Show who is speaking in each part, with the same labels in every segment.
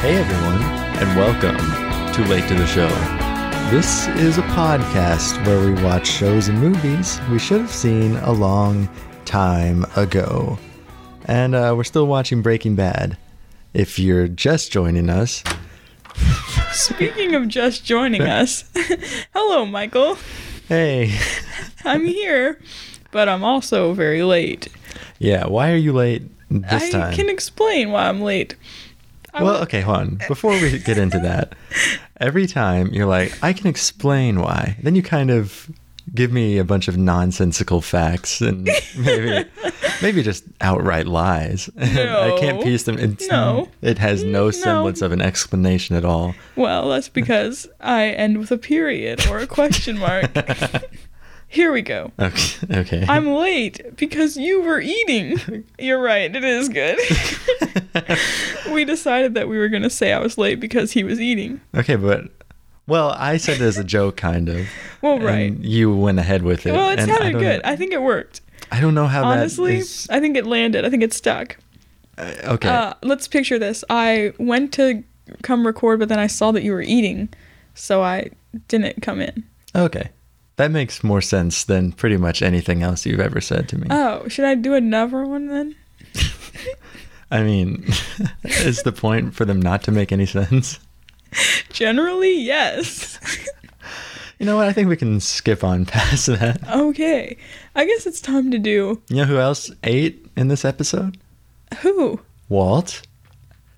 Speaker 1: Hey, everyone, and welcome to Late to the Show.
Speaker 2: This is a podcast where we watch shows and movies we should have seen a long time ago. And uh, we're still watching Breaking Bad. If you're just joining us,
Speaker 3: Speaking of just joining us, hello, Michael.
Speaker 2: hey,
Speaker 3: I'm here, but I'm also very late.
Speaker 2: yeah, why are you late this
Speaker 3: I
Speaker 2: time?
Speaker 3: can explain why I'm late. I
Speaker 2: well,
Speaker 3: wa-
Speaker 2: okay, hold on. Before we get into that, every time you're like, I can explain why. Then you kind of give me a bunch of nonsensical facts and maybe maybe just outright lies. And I can't
Speaker 3: No.
Speaker 2: piece them. It's,
Speaker 3: No.
Speaker 2: It has no
Speaker 3: No.
Speaker 2: semblance of an explanation at all.
Speaker 3: Well, that's because I end with a period or a question mark. Here we go.
Speaker 2: Okay. okay.
Speaker 3: I'm late because you were eating. You're right, it is good. we decided that we were going to say I was late because he was eating.
Speaker 2: okay, but well, I said it as a joke kind of.
Speaker 3: Well, right.
Speaker 2: And you went ahead with it.
Speaker 3: well, it
Speaker 2: and I
Speaker 3: sounded
Speaker 2: don't,
Speaker 3: good. I think it worked.
Speaker 2: I don't know how
Speaker 3: Honestly,
Speaker 2: that is.
Speaker 3: I think it landed. I think it stuck.
Speaker 2: uh, okay.
Speaker 3: Uh, let's picture this. I went to come record, but then I saw that you were eating, so I didn't come in.
Speaker 2: Okay. That makes more sense than pretty much anything else you've ever said to me.
Speaker 3: Oh, should I do another one then?
Speaker 2: I mean, is the point for them not to make any sense?
Speaker 3: Generally, yes.
Speaker 2: You know what? I think we can skip on past that.
Speaker 3: okay. I guess it's time to do
Speaker 2: You know who else ate in this episode?
Speaker 3: who?
Speaker 2: Walt,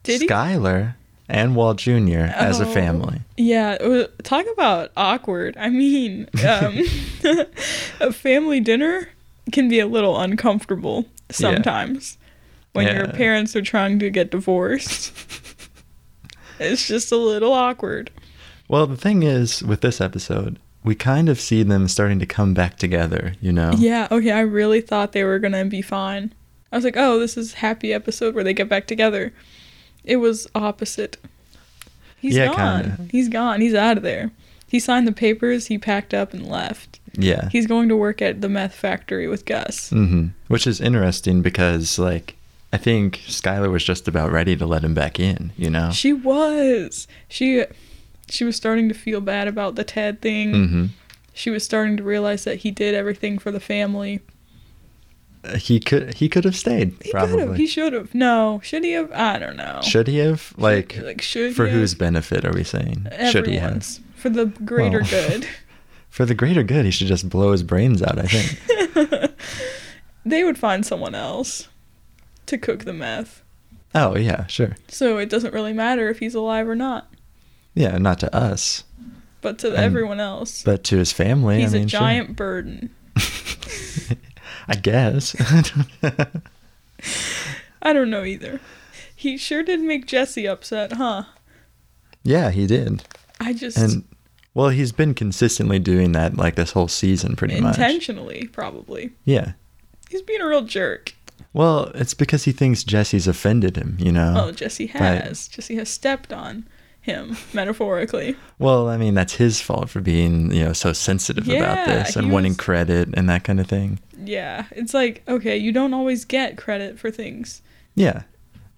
Speaker 3: Did
Speaker 2: Skyler, and Walt Jr. as a
Speaker 3: Oh.
Speaker 2: family.
Speaker 3: he? Yeah. it was- Talk about awkward. I mean, um, a family dinner can be a little uncomfortable sometimes when your
Speaker 2: Yeah.
Speaker 3: parents are trying to get divorced. it's just a little awkward.
Speaker 2: Well, the thing is, with this episode, we kind of see them starting to come back together, you know?
Speaker 3: Yeah, okay, I really thought they were gonna be fine. I was like, oh, this is happy episode where they get back together. It was opposite. He's
Speaker 2: Yeah,
Speaker 3: gone.
Speaker 2: kinda.
Speaker 3: He's gone. He's out of there. He signed the papers, he packed up and left.
Speaker 2: Yeah.
Speaker 3: He's going to work at the meth factory with Gus.
Speaker 2: hmm Which is interesting because, like, I think Skylar was just about ready to let him back in, you know?
Speaker 3: She was. She she was starting to feel bad about the Ted thing.
Speaker 2: hmm
Speaker 3: She was starting to realize that he did everything for the family.
Speaker 2: Uh, he could he could have stayed
Speaker 3: He could have.
Speaker 2: probably
Speaker 3: He should have. No. Should he have? I don't know.
Speaker 2: should he have like,
Speaker 3: like should
Speaker 2: for
Speaker 3: he have?
Speaker 2: whose benefit are we saying should he have
Speaker 3: Everyone's. for the greater
Speaker 2: Well.
Speaker 3: good.
Speaker 2: for the greater good he should just blow his brains out i think
Speaker 3: they would find someone else to cook the meth.
Speaker 2: oh yeah sure
Speaker 3: So it doesn't really matter if he's alive or not,
Speaker 2: yeah not to us
Speaker 3: but to
Speaker 2: And-
Speaker 3: everyone else,
Speaker 2: but to his family
Speaker 3: he's
Speaker 2: I mean,
Speaker 3: a
Speaker 2: sure.
Speaker 3: giant burden.
Speaker 2: i guess
Speaker 3: I don't know either. He sure did make Jesse upset, huh?
Speaker 2: yeah he did
Speaker 3: I just
Speaker 2: and well he's been consistently doing that like this whole season pretty much
Speaker 3: intentionally probably.
Speaker 2: yeah
Speaker 3: He's being a real jerk.
Speaker 2: well it's because he thinks jesse's offended him you know
Speaker 3: Oh, Jesse has. Jesse has stepped on him metaphorically.
Speaker 2: Well, I mean, that's his fault for being, you know, so sensitive about
Speaker 3: Yeah,
Speaker 2: this and
Speaker 3: he
Speaker 2: wanting
Speaker 3: was-
Speaker 2: credit and that kind of thing.
Speaker 3: Yeah, it's like okay, you don't always get credit for things.
Speaker 2: Yeah.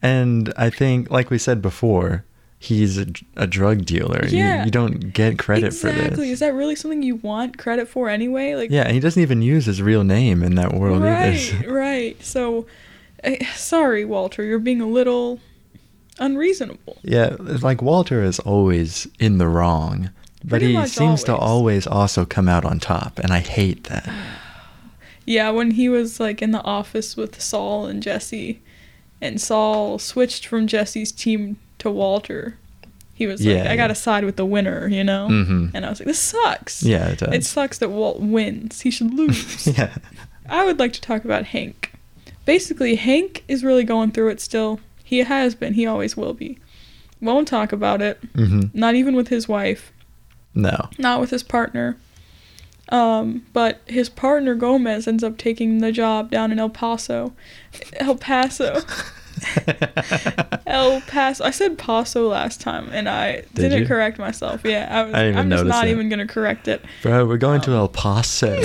Speaker 2: And I think, like we said before, he's a, a drug dealer. You- You,
Speaker 3: Yeah.
Speaker 2: don't get credit
Speaker 3: exactly.
Speaker 2: for this.
Speaker 3: Is that really something you want credit for anyway? Like
Speaker 2: Yeah, and he doesn't even use his real name in that world
Speaker 3: right,
Speaker 2: either.
Speaker 3: right. So eh, sorry, Walter, you're being a little unreasonable.
Speaker 2: Yeah, it's like Walter is always in the wrong, but
Speaker 3: Pretty
Speaker 2: he
Speaker 3: much
Speaker 2: seems to always also come out on top, and I hate that.
Speaker 3: Yeah, when he was like in the office with Saul and Jesse and Saul switched from Jesse's team to Walter. He was
Speaker 2: Yeah,
Speaker 3: like, I
Speaker 2: yeah.
Speaker 3: gotta side with the winner, you know?
Speaker 2: hmm
Speaker 3: And I was like, This sucks.
Speaker 2: Yeah, it does.
Speaker 3: It sucks that Walt wins. He should lose.
Speaker 2: yeah.
Speaker 3: I would like to talk about Hank. Basically, Hank is really going through it still. He has been, he always will be. Won't talk about it,
Speaker 2: hmm
Speaker 3: not even with his wife,
Speaker 2: No.
Speaker 3: not with his partner. Um, but his partner Gomez ends up taking the job down in El Paso. El Paso. El Paso. I said Paso last time and I
Speaker 2: Did
Speaker 3: Did not
Speaker 2: you?
Speaker 3: correct myself. Yeah, I was,
Speaker 2: I didn't even
Speaker 3: I'm just
Speaker 2: notice
Speaker 3: not
Speaker 2: it.
Speaker 3: Oh. even going to correct it.
Speaker 2: Bro, we're going to El Paso.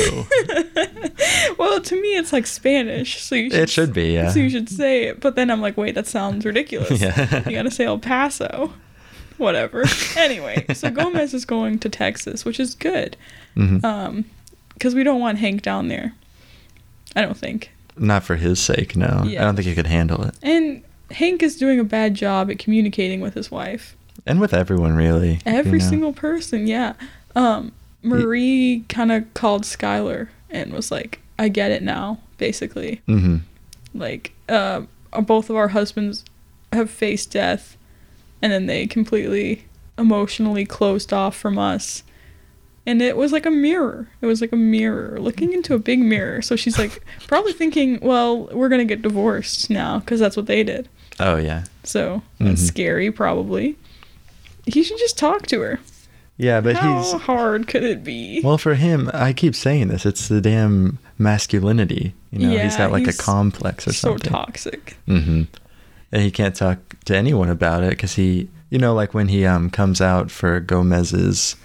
Speaker 3: well, to me, it's like Spanish, so you should,
Speaker 2: It should be, yeah.
Speaker 3: so you should say it. But then I'm like, wait, that sounds ridiculous.
Speaker 2: Yeah.
Speaker 3: You gotta say El Paso. Whatever. anyway, so Gomez is going to Texas, which is good,
Speaker 2: Mhm.
Speaker 3: um, because we don't want Hank down there. I don't think.
Speaker 2: Not for his sake, no.
Speaker 3: Yeah.
Speaker 2: I don't think he could handle it.
Speaker 3: And Hank is doing a bad job at communicating with his wife.
Speaker 2: And with everyone, really.
Speaker 3: Every
Speaker 2: you know.
Speaker 3: single person, yeah. Um, Marie kind of called Skylar and was like, "I get it now." Basically,
Speaker 2: Mhm.
Speaker 3: like, uh, both of our husbands have faced death, and then they completely emotionally closed off from us. And it was like a mirror. It was like a mirror, looking into a big mirror. So she's like, probably thinking, "Well, we're gonna get divorced now because that's what they did."
Speaker 2: Oh yeah.
Speaker 3: So that's
Speaker 2: Mhm.
Speaker 3: scary, probably. He should just talk to her.
Speaker 2: Yeah, but
Speaker 3: How
Speaker 2: he's
Speaker 3: hard could it be?
Speaker 2: well for him. I keep saying this. It's the damn masculinity. You know, he's
Speaker 3: Yeah,
Speaker 2: got like
Speaker 3: he's
Speaker 2: a complex or
Speaker 3: so
Speaker 2: something.
Speaker 3: toxic.
Speaker 2: hmm And he can't talk to anyone about it because he, you know, like when he um comes out for Gomez's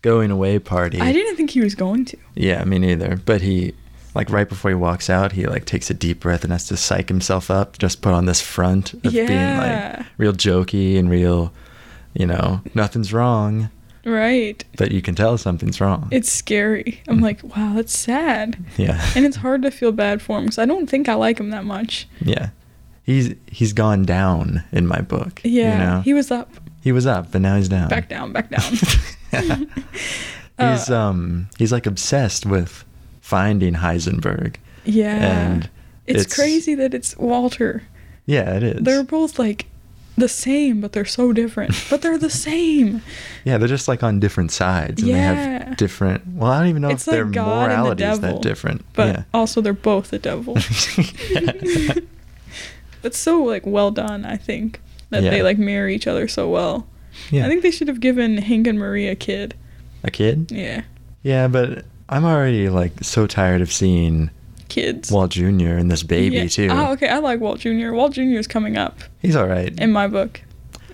Speaker 2: going away party.
Speaker 3: I didn't think he was going to.
Speaker 2: Yeah, me neither. But he, like right before he walks out, he like takes a deep breath and has to psych himself up. Just put on this front of being
Speaker 3: Yeah.
Speaker 2: like real jokey and real, you know, nothing's wrong,
Speaker 3: Right.
Speaker 2: but you can tell something's wrong.
Speaker 3: It's scary. I'm like, wow, that's sad.
Speaker 2: yeah,
Speaker 3: And it's hard to feel bad for him because I don't think I like him that much.
Speaker 2: yeah. He's he's gone down in my book.
Speaker 3: Yeah.
Speaker 2: you know?
Speaker 3: He was up,
Speaker 2: he was up, but now he's down.
Speaker 3: back down, back down. Uh,
Speaker 2: he's um he's like obsessed with finding Heisenberg.
Speaker 3: yeah.
Speaker 2: And
Speaker 3: it's,
Speaker 2: it's-
Speaker 3: crazy that it's Walter.
Speaker 2: Yeah, it is.
Speaker 3: They're both like the same, but they're so different. But they're the same.
Speaker 2: yeah, they're just like on different sides, and they
Speaker 3: Yeah.
Speaker 2: have different. Well, I don't even know
Speaker 3: It's
Speaker 2: if their
Speaker 3: like God and the
Speaker 2: morality is
Speaker 3: devil,
Speaker 2: that different.
Speaker 3: But
Speaker 2: yeah.
Speaker 3: also, they're both the devil.
Speaker 2: Yeah.
Speaker 3: That's so like well done, I think. That
Speaker 2: Yeah.
Speaker 3: they like marry each other so well.
Speaker 2: Yeah.
Speaker 3: I think they should have given Hank and Marie a kid.
Speaker 2: a kid.
Speaker 3: Yeah.
Speaker 2: Yeah, but I'm already like so tired of seeing
Speaker 3: Kids.
Speaker 2: Walt Jr. and this baby
Speaker 3: Yeah.
Speaker 2: too.
Speaker 3: Oh, okay. I like Walt Jr. Walt Jr. is coming up
Speaker 2: He's all right.
Speaker 3: in my book.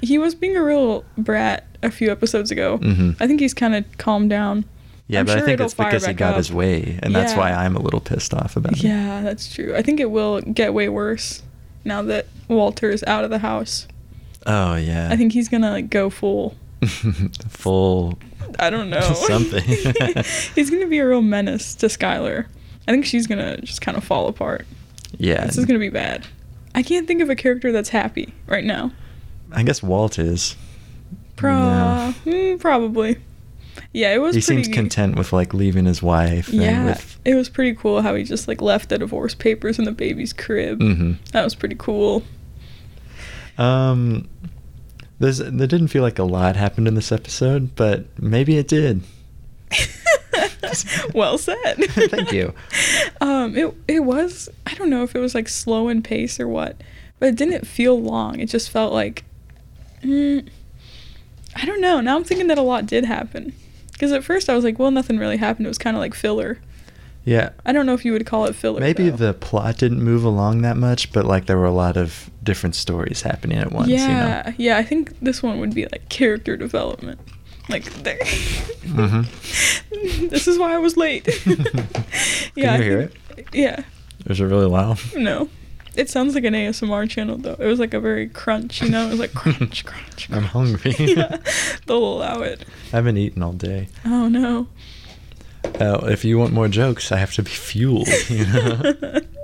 Speaker 3: He was being a real brat a few episodes ago.
Speaker 2: Mhm.
Speaker 3: I think he's kind of calmed down.
Speaker 2: yeah,
Speaker 3: I'm
Speaker 2: but
Speaker 3: sure
Speaker 2: I think
Speaker 3: it'll
Speaker 2: it's
Speaker 3: fire
Speaker 2: because he
Speaker 3: back
Speaker 2: got
Speaker 3: up.
Speaker 2: his way, and that's
Speaker 3: Yeah.
Speaker 2: why I'm a little pissed off about it.
Speaker 3: Yeah, that's true. I think it will get way worse now that Walter is out of the house.
Speaker 2: Oh yeah.
Speaker 3: I think he's gonna like go full.
Speaker 2: full.
Speaker 3: I don't know.
Speaker 2: Something.
Speaker 3: he's gonna be a real menace to Skylar. I think she's gonna just kind of fall apart.
Speaker 2: Yeah.
Speaker 3: This is gonna be bad. I can't think of a character that's happy right now.
Speaker 2: I guess Walt is.
Speaker 3: Pro-
Speaker 2: No.
Speaker 3: mm, probably. Yeah, it was.
Speaker 2: He
Speaker 3: pretty,
Speaker 2: seems content with like leaving his wife.
Speaker 3: Yeah,
Speaker 2: And with,
Speaker 3: it was pretty cool how he just like left the divorce papers in the baby's crib.
Speaker 2: Mhm.
Speaker 3: That was pretty cool.
Speaker 2: Um, there's, there didn't feel like a lot happened in this episode, but maybe it did.
Speaker 3: well said.
Speaker 2: Thank you.
Speaker 3: Um, it it was. I don't know if it was like slow in pace or what, but it didn't feel long. It just felt like, mm, I don't know. Now I'm thinking that a lot did happen, because at first I was like, well, nothing really happened. It was kind of like filler.
Speaker 2: Yeah.
Speaker 3: I don't know if you would call it filler.
Speaker 2: Maybe
Speaker 3: though.
Speaker 2: the plot didn't move along that much, but like there were a lot of different stories happening at once.
Speaker 3: yeah,
Speaker 2: You know?
Speaker 3: yeah. I think this one would be like character development. Like there.
Speaker 2: Mhm.
Speaker 3: this is why I was late. yeah.
Speaker 2: Can
Speaker 3: I
Speaker 2: you hear
Speaker 3: think- Yeah.
Speaker 2: it? Was it really loud?
Speaker 3: No. It sounds like an ASMR channel though. It was like a very crunch, you know. It was like crunch, crunch.
Speaker 2: I'm hungry.
Speaker 3: yeah, they'll allow it.
Speaker 2: I haven't eaten all day.
Speaker 3: Oh no.
Speaker 2: Uh, if you want more jokes, I have to be fueled. You know?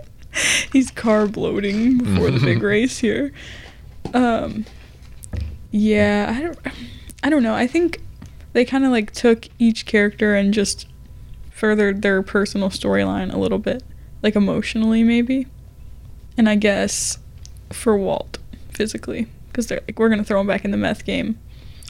Speaker 3: He's carb loading before the big race here. Um, yeah, I don't, I don't know. I think they kind of like took each character and just furthered their personal storyline a little bit, like emotionally maybe, and I guess for Walt physically because they're like we're gonna throw him back in the meth game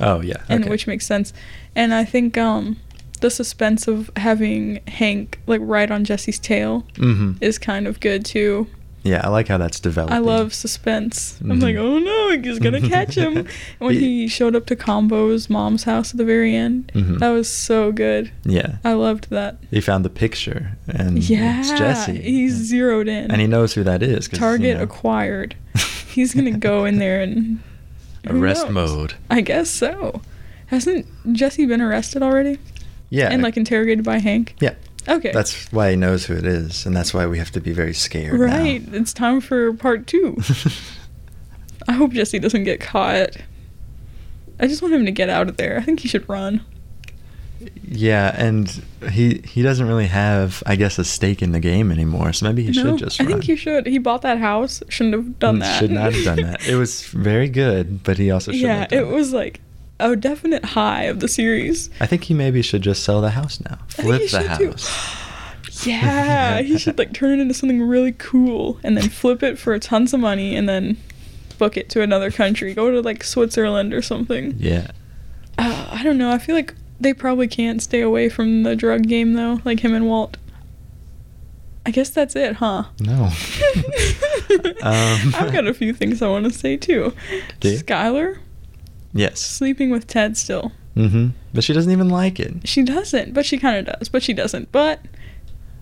Speaker 2: oh yeah.
Speaker 3: and
Speaker 2: okay.
Speaker 3: which makes sense. And I think um, the suspense of having Hank like ride on Jesse's tail
Speaker 2: Mhm.
Speaker 3: is kind of good too.
Speaker 2: Yeah, I like how that's developed.
Speaker 3: I love suspense. I'm
Speaker 2: Mhm.
Speaker 3: like, oh no, he's gonna catch him. And when he showed up to Combo's mom's house at the very end,
Speaker 2: Mhm.
Speaker 3: that was so good.
Speaker 2: Yeah.
Speaker 3: I loved that.
Speaker 2: He found the picture, and
Speaker 3: Yeah,
Speaker 2: it's Jesse.
Speaker 3: he's zeroed in.
Speaker 2: and he knows who that is. 'cause, you
Speaker 3: target
Speaker 2: know.
Speaker 3: acquired. He's gonna go in there and who
Speaker 2: arrest
Speaker 3: knows?
Speaker 2: mode.
Speaker 3: I guess so. Hasn't Jesse been arrested already?
Speaker 2: Yeah,
Speaker 3: And like interrogated by Hank?
Speaker 2: yeah,
Speaker 3: Okay.
Speaker 2: That's why he knows who it is, and that's why we have to be very scared. now.
Speaker 3: right. It's time for part two. I hope Jesse doesn't get caught. I just want him to get out of there. I think he should run.
Speaker 2: yeah, and he he doesn't really have, I guess, a stake in the game anymore. So maybe he
Speaker 3: No,
Speaker 2: should just.
Speaker 3: I
Speaker 2: run. Mm,
Speaker 3: think he should. He bought that house. Shouldn't have done that.
Speaker 2: Should not have done that. It was very good, but he also shouldn't
Speaker 3: yeah,
Speaker 2: have done
Speaker 3: it was like a definite high of the series.
Speaker 2: I think he maybe should just sell the house now.
Speaker 3: think he
Speaker 2: Flip the
Speaker 3: should, too.
Speaker 2: house.
Speaker 3: Yeah, he should like turn it into something really cool and then flip it for tons of money and then book it to another country. Go to like Switzerland or something.
Speaker 2: Yeah.
Speaker 3: Uh, I don't know. I feel like they probably can't stay away from the drug game though, like him and Walt. I guess that's it, huh?
Speaker 2: No. Um,
Speaker 3: I've got a few things I want to say too.
Speaker 2: Do you?
Speaker 3: Skylar
Speaker 2: Yes.
Speaker 3: sleeping with Ted still.
Speaker 2: Mm-hmm. But she doesn't even like it.
Speaker 3: She doesn't, but she kind of does, but she doesn't, but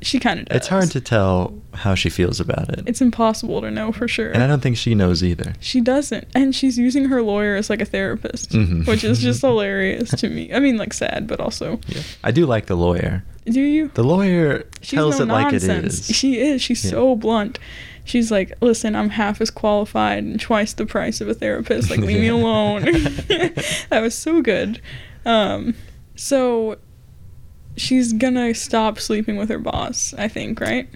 Speaker 3: she kind of does.
Speaker 2: It's hard to tell how she feels about it.
Speaker 3: It's impossible to know for sure.
Speaker 2: and I don't think she knows either.
Speaker 3: she doesn't, and she's using her lawyer as like a therapist,
Speaker 2: Mhm.
Speaker 3: which is just hilarious to me. I mean, like sad, but also,
Speaker 2: Yeah. I do like the lawyer.
Speaker 3: do you?
Speaker 2: The lawyer tells it like it is.
Speaker 3: She is. She's
Speaker 2: Yeah.
Speaker 3: so blunt. She's like, listen, I'm half as qualified and twice the price of a therapist. Like, leave me
Speaker 2: Yeah.
Speaker 3: alone. that was so good. Um, so she's gonna stop sleeping with her boss, I think, right?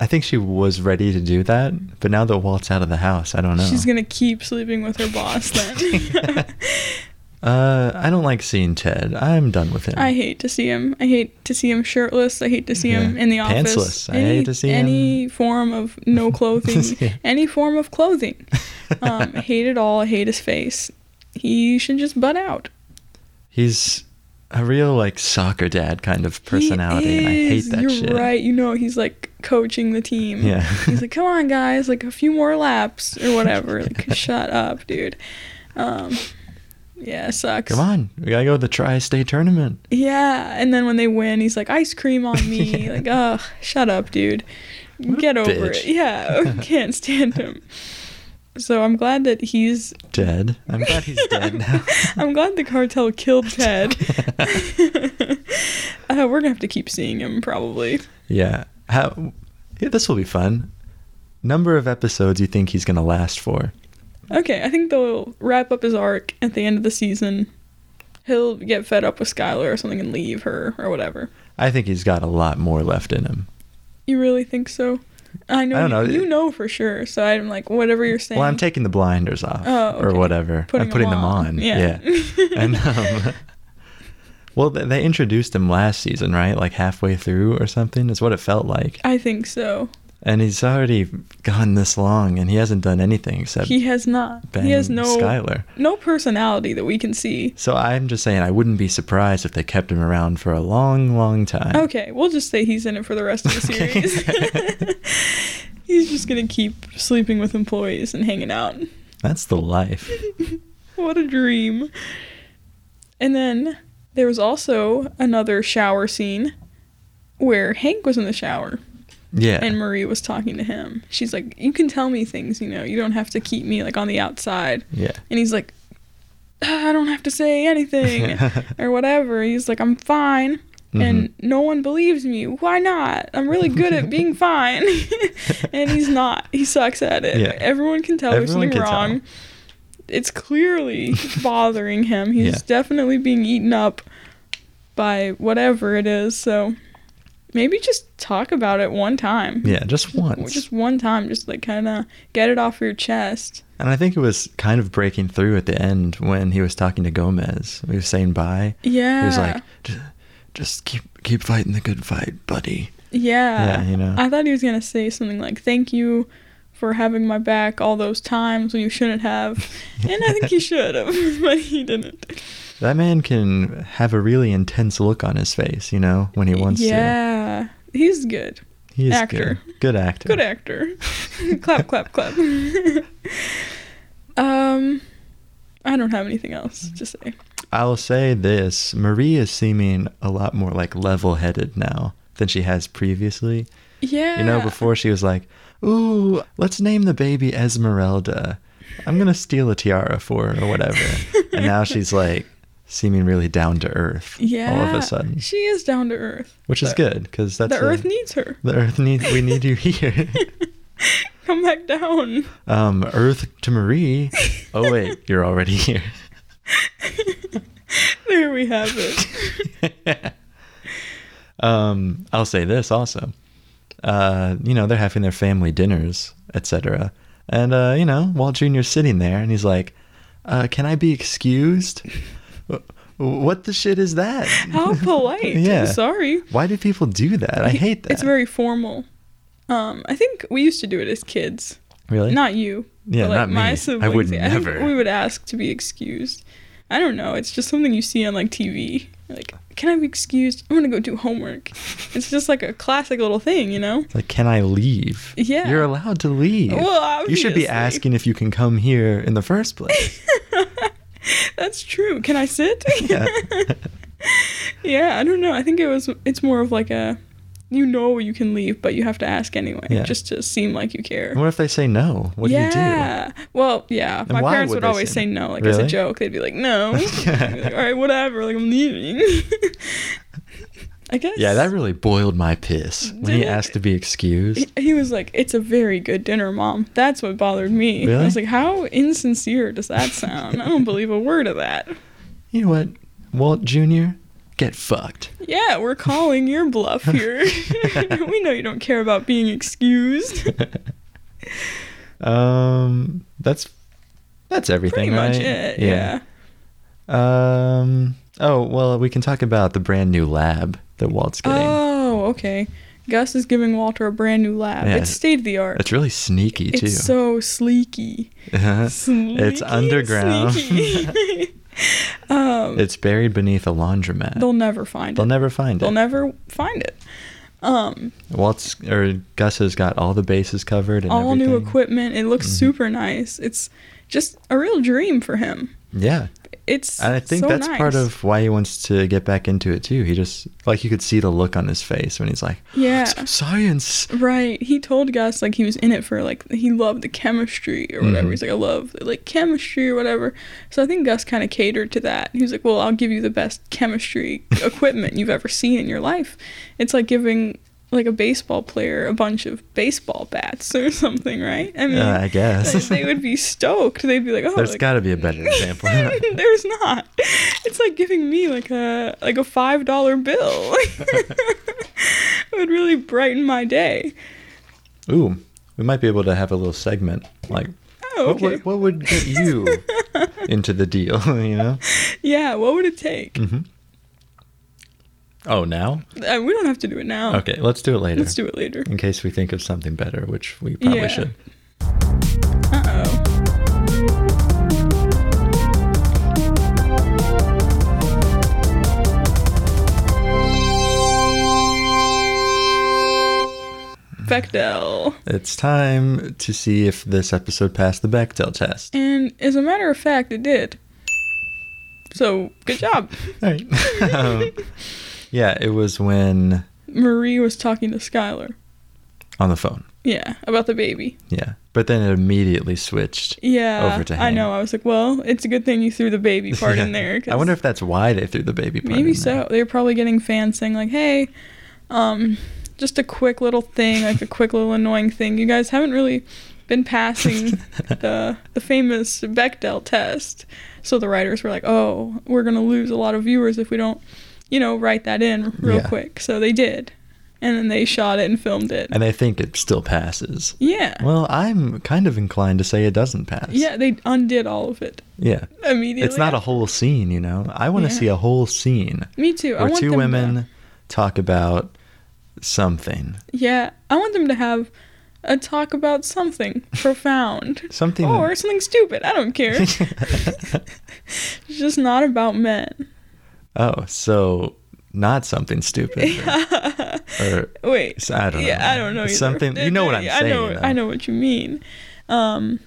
Speaker 2: I think she was ready to do that, but now that Walt's out of the house, I don't know.
Speaker 3: She's gonna keep sleeping with her boss then.
Speaker 2: Uh, I don't like seeing Ted. I'm done with him.
Speaker 3: I hate to see him. I hate to see him shirtless. I hate to see him
Speaker 2: Yeah.
Speaker 3: in the office.
Speaker 2: Pantsless. I hate to see him-
Speaker 3: any form of no clothing.
Speaker 2: Yeah.
Speaker 3: Any form of clothing. Um, I hate it all. I hate his face. He should just butt out.
Speaker 2: He's a real like soccer dad kind of
Speaker 3: He
Speaker 2: personality, and I hate
Speaker 3: is.
Speaker 2: that
Speaker 3: You're
Speaker 2: shit.
Speaker 3: right. You know, he's like coaching the team.
Speaker 2: Yeah.
Speaker 3: he's like, come on, guys, like a few more laps or whatever. Like, shut up, dude. Um, yeah, sucks.
Speaker 2: Come on, we gotta go to the tri-state tournament.
Speaker 3: Yeah, and then when they win, he's like, "Ice cream on me!"
Speaker 2: Yeah.
Speaker 3: Like, ugh, shut up, dude.
Speaker 2: What a
Speaker 3: Get over it.
Speaker 2: bitch.
Speaker 3: Yeah, can't stand him. So I'm glad that he's.
Speaker 2: Dead. I'm glad he's dead now.
Speaker 3: I'm glad the cartel killed Ted. uh, we're gonna have to keep seeing him probably.
Speaker 2: yeah. How? Yeah, this will be fun. Number of episodes you think he's gonna last for?
Speaker 3: Okay, I think they'll wrap up his arc at the end of the season. He'll get fed up with Skylar or something and leave her or whatever.
Speaker 2: I think he's got a lot more left in him.
Speaker 3: You really think so? I know.
Speaker 2: I don't
Speaker 3: you,
Speaker 2: know.
Speaker 3: you know for sure. So I'm like, whatever you're saying.
Speaker 2: Well, I'm taking the blinders off,
Speaker 3: Oh,
Speaker 2: or
Speaker 3: okay.
Speaker 2: whatever.
Speaker 3: Putting
Speaker 2: I'm putting
Speaker 3: them
Speaker 2: them
Speaker 3: on.
Speaker 2: on.
Speaker 3: Yeah.
Speaker 2: and um, well, they, they introduced him last season, right? Like halfway through or something is what it felt like.
Speaker 3: I think so.
Speaker 2: And he's already gone this long, and he hasn't done anything except
Speaker 3: He has not.
Speaker 2: bang
Speaker 3: he has no
Speaker 2: Skylar.
Speaker 3: no personality that we can see.
Speaker 2: So I'm just saying, I wouldn't be surprised if they kept him around for a long, long time.
Speaker 3: Okay, we'll just say he's in it for the rest of the
Speaker 2: Okay.
Speaker 3: series. he's just gonna keep sleeping with employees and hanging out.
Speaker 2: That's the life.
Speaker 3: What a dream. And then there was also another shower scene where Hank was in the shower
Speaker 2: Yeah.
Speaker 3: and Marie was talking to him. She's like, "You can tell me things, you know. You don't have to keep me like on the outside."
Speaker 2: yeah.
Speaker 3: And he's like, "Ah, I don't have to say anything or whatever. He's like, I'm fine.
Speaker 2: Mm-hmm.
Speaker 3: And no one believes me. Why not? I'm really good at being fine. and he's not. He sucks at it.
Speaker 2: Yeah.
Speaker 3: Everyone can tell there's
Speaker 2: Everyone
Speaker 3: something
Speaker 2: can tell.
Speaker 3: wrong. It's clearly bothering him. He's
Speaker 2: Yeah.
Speaker 3: definitely being eaten up by whatever it is. So maybe just talk about it one time.
Speaker 2: Yeah, just once.
Speaker 3: Just one time. Just like kind of get it off your chest.
Speaker 2: And I think it was kind of breaking through at the end when he was talking to Gomez. He was saying bye.
Speaker 3: Yeah.
Speaker 2: He was like, "J- just keep keep fighting the good fight, buddy.
Speaker 3: Yeah.
Speaker 2: Yeah, you know.
Speaker 3: I thought he was gonna say something like, "Thank you for having my back all those times when you shouldn't have," and I think he should have, but he didn't.
Speaker 2: That man can have a really intense look on his face, you know, when he wants
Speaker 3: yeah, he's good,
Speaker 2: to. He's
Speaker 3: Actor.
Speaker 2: good. Good actor.
Speaker 3: good actor. clap, clap, clap. um, I don't have anything else to say.
Speaker 2: I'll say this Marie is seeming a lot more like level headed now than she has previously.
Speaker 3: Yeah.
Speaker 2: You know, before she was like, ooh, let's name the baby Esmeralda. I'm going to steal a tiara for her or whatever. and now she's like, seeming really down to earth
Speaker 3: Yeah.
Speaker 2: all of a sudden,
Speaker 3: She is down to earth.
Speaker 2: which is
Speaker 3: The-
Speaker 2: good because that's
Speaker 3: the
Speaker 2: a-
Speaker 3: earth needs her.
Speaker 2: the earth needs we need you here.
Speaker 3: Come back down.
Speaker 2: um, earth to Marie. Oh wait, you're already here.
Speaker 3: There we have it.
Speaker 2: Um, I'll say this also. Uh, you know, they're having their family dinners, etc. And uh, you know, Walt Jr.'s sitting there and he's like, uh, can I be excused? Wh- What the shit is that?
Speaker 3: How polite.
Speaker 2: Yeah.
Speaker 3: Sorry.
Speaker 2: Why do people do that? I hate that.
Speaker 3: It's very formal. Um, I think we used to do it as kids.
Speaker 2: really
Speaker 3: Not you.
Speaker 2: Yeah,
Speaker 3: but like
Speaker 2: not me.
Speaker 3: my
Speaker 2: I
Speaker 3: siblings.
Speaker 2: would
Speaker 3: Yeah, think
Speaker 2: never.
Speaker 3: we would ask to be excused. I don't know. It's just something you see on like TV. You're Like, can I be excused? I'm gonna go do homework. It's just like a classic little thing, you know.
Speaker 2: Like, can I leave?
Speaker 3: Yeah.
Speaker 2: You're allowed to leave.
Speaker 3: Well,
Speaker 2: you should be
Speaker 3: obviously.
Speaker 2: asking if you can come here in the first place.
Speaker 3: That's true. Can I sit?
Speaker 2: Yeah.
Speaker 3: Yeah, I don't know. I think it was. It's more of like a, you know, you can leave, but you have to ask anyway,
Speaker 2: Yeah.
Speaker 3: just to seem like you care.
Speaker 2: And what if they say no? What
Speaker 3: yeah. Well, yeah. my
Speaker 2: why
Speaker 3: parents
Speaker 2: would
Speaker 3: would,
Speaker 2: they
Speaker 3: always
Speaker 2: say
Speaker 3: say no, like as a
Speaker 2: Really?
Speaker 3: joke. They'd be like, no. I'd be like, All right, whatever. Like I'm leaving. I guess.
Speaker 2: do you? Yeah, that really boiled my piss when he
Speaker 3: Did it?
Speaker 2: asked to be excused.
Speaker 3: He, he was like, "It's a very good dinner, mom." That's what bothered me. I
Speaker 2: Really?
Speaker 3: was like, "How insincere does that sound?" I don't believe a word of that.
Speaker 2: You know what, Walt Jr., get fucked.
Speaker 3: Yeah, we're calling your bluff here. we know you don't care about being excused.
Speaker 2: Um, that's that's everything,
Speaker 3: Pretty much
Speaker 2: right?
Speaker 3: it. Yeah.
Speaker 2: Um. Oh well, we can talk about the brand new lab that Walt's getting.
Speaker 3: Oh, okay. Gus is giving Walter a brand new lab.
Speaker 2: Yeah.
Speaker 3: It's state of the art.
Speaker 2: it's really sneaky too.
Speaker 3: It's so sleeky. Sleeky,
Speaker 2: It's underground.
Speaker 3: sleeky. um,
Speaker 2: it's buried beneath a laundromat.
Speaker 3: they'll never find
Speaker 2: They'll
Speaker 3: it.
Speaker 2: never find
Speaker 3: they'll
Speaker 2: it.
Speaker 3: never find it. Um,
Speaker 2: Walt's or Gus has got all the bases covered and
Speaker 3: all new
Speaker 2: everything.
Speaker 3: equipment. It
Speaker 2: Mm-hmm.
Speaker 3: looks super nice. It's just a real dream for him.
Speaker 2: Yeah,
Speaker 3: It's
Speaker 2: and I think
Speaker 3: so
Speaker 2: that's part
Speaker 3: nice.
Speaker 2: of why he wants to get back into it too. He just like you could see the look on his face when he's like,
Speaker 3: yeah.
Speaker 2: "S- "Science."
Speaker 3: Right. He told Gus like he was in it for like he loved the chemistry or whatever.
Speaker 2: Mhm.
Speaker 3: He's like, I love like chemistry or whatever. So I think Gus kinda catered to that. He was like, Well, I'll give you the best chemistry equipment you've ever seen in your life. It's like giving like a baseball player a bunch of baseball bats or something, right? I mean
Speaker 2: Yeah, Uh, I guess
Speaker 3: they would be stoked. They'd be like, Oh
Speaker 2: there's
Speaker 3: like,
Speaker 2: got to be a better example.
Speaker 3: There's not. It's like giving me like a like a five dollar bill. it would really brighten my day.
Speaker 2: Ooh, we might be able to have a little segment like,
Speaker 3: Oh,
Speaker 2: what,
Speaker 3: okay.
Speaker 2: would, what would get you into the deal? You know?
Speaker 3: yeah, what would it take?
Speaker 2: Oh, now?
Speaker 3: Uh, we don't have to do it now.
Speaker 2: Okay, let's do it later.
Speaker 3: Let's do it later.
Speaker 2: in case we think of something better, which we probably
Speaker 3: Yeah.
Speaker 2: should.
Speaker 3: Uh oh. Bechdel.
Speaker 2: It's time to see if this episode passed the Bechdel test.
Speaker 3: And as a matter of fact, it did. So, good job.
Speaker 2: All right. um, yeah, it was when
Speaker 3: Marie was talking to Skylar.
Speaker 2: on the phone.
Speaker 3: Yeah, about the baby.
Speaker 2: Yeah, but then it immediately switched.
Speaker 3: Yeah.
Speaker 2: Over to
Speaker 3: I
Speaker 2: him.
Speaker 3: know. I was like, well, it's a good thing you threw the baby part in there. 'cause
Speaker 2: I wonder if that's why they threw the baby part.
Speaker 3: maybe
Speaker 2: in there.
Speaker 3: so. They were probably getting fans saying, like, hey, um, just a quick little thing, like a quick little annoying thing. You guys haven't really been passing the, the famous Bechdel test. So the writers were like, oh, we're going to lose a lot of viewers if we don't, you know, write that in real
Speaker 2: Yeah.
Speaker 3: quick. So they did. And then they shot it and filmed it.
Speaker 2: And I think it still passes.
Speaker 3: Yeah.
Speaker 2: Well, I'm kind of inclined to say it doesn't pass.
Speaker 3: Yeah, they undid all of it
Speaker 2: Yeah.
Speaker 3: immediately.
Speaker 2: It's not a whole scene, you know. I want to
Speaker 3: Yeah.
Speaker 2: see a whole scene
Speaker 3: Me too. I
Speaker 2: where
Speaker 3: want
Speaker 2: two
Speaker 3: them
Speaker 2: women
Speaker 3: To,
Speaker 2: talk about something,
Speaker 3: yeah, I want them to have a talk about something profound
Speaker 2: something.
Speaker 3: or something stupid. I don't care. it's just not about men.
Speaker 2: oh, so not something stupid, or,
Speaker 3: Wait.
Speaker 2: so I don't know.
Speaker 3: yeah, I don't know. Either.
Speaker 2: Something you know what I'm
Speaker 3: Yeah,
Speaker 2: saying.
Speaker 3: I know.
Speaker 2: though.
Speaker 3: I know what you mean. Um,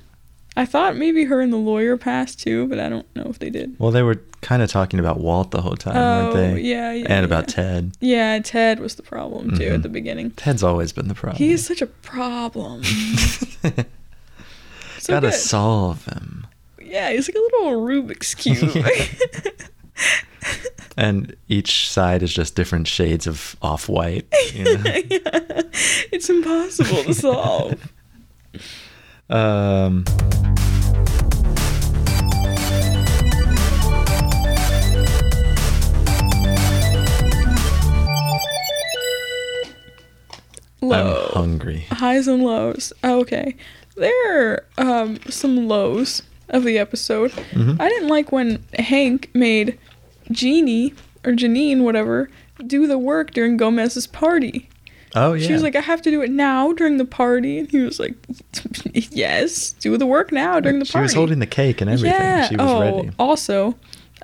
Speaker 3: I thought maybe her and the lawyer passed too, but I don't know if they did.
Speaker 2: Well, they were kind of talking about Walt the whole time,
Speaker 3: Oh,
Speaker 2: weren't they?
Speaker 3: yeah, yeah.
Speaker 2: and about Mm-hmm.
Speaker 3: yeah.
Speaker 2: Ted.
Speaker 3: yeah, Ted was the problem too at the beginning.
Speaker 2: Ted's always been the problem.
Speaker 3: He is such a problem. so
Speaker 2: gotta
Speaker 3: good.
Speaker 2: solve him.
Speaker 3: yeah, he's like a little Rubik's cube.
Speaker 2: and each side is just different shades of off white. You know?
Speaker 3: Yeah. It's impossible to solve.
Speaker 2: Um, I'm
Speaker 3: Low.
Speaker 2: hungry.
Speaker 3: Highs and lows. Oh, okay. There are um, some lows of the episode.
Speaker 2: Mm-hmm.
Speaker 3: I didn't like when Hank made Jeannie or Janine, whatever, do the work during Gomez's party.
Speaker 2: Oh yeah.
Speaker 3: She was like, I have to do it now during the party. And he was like, Yes, do the work now during the
Speaker 2: she
Speaker 3: party.
Speaker 2: was holding the cake and everything.
Speaker 3: Yeah.
Speaker 2: She was
Speaker 3: oh,
Speaker 2: ready.
Speaker 3: also,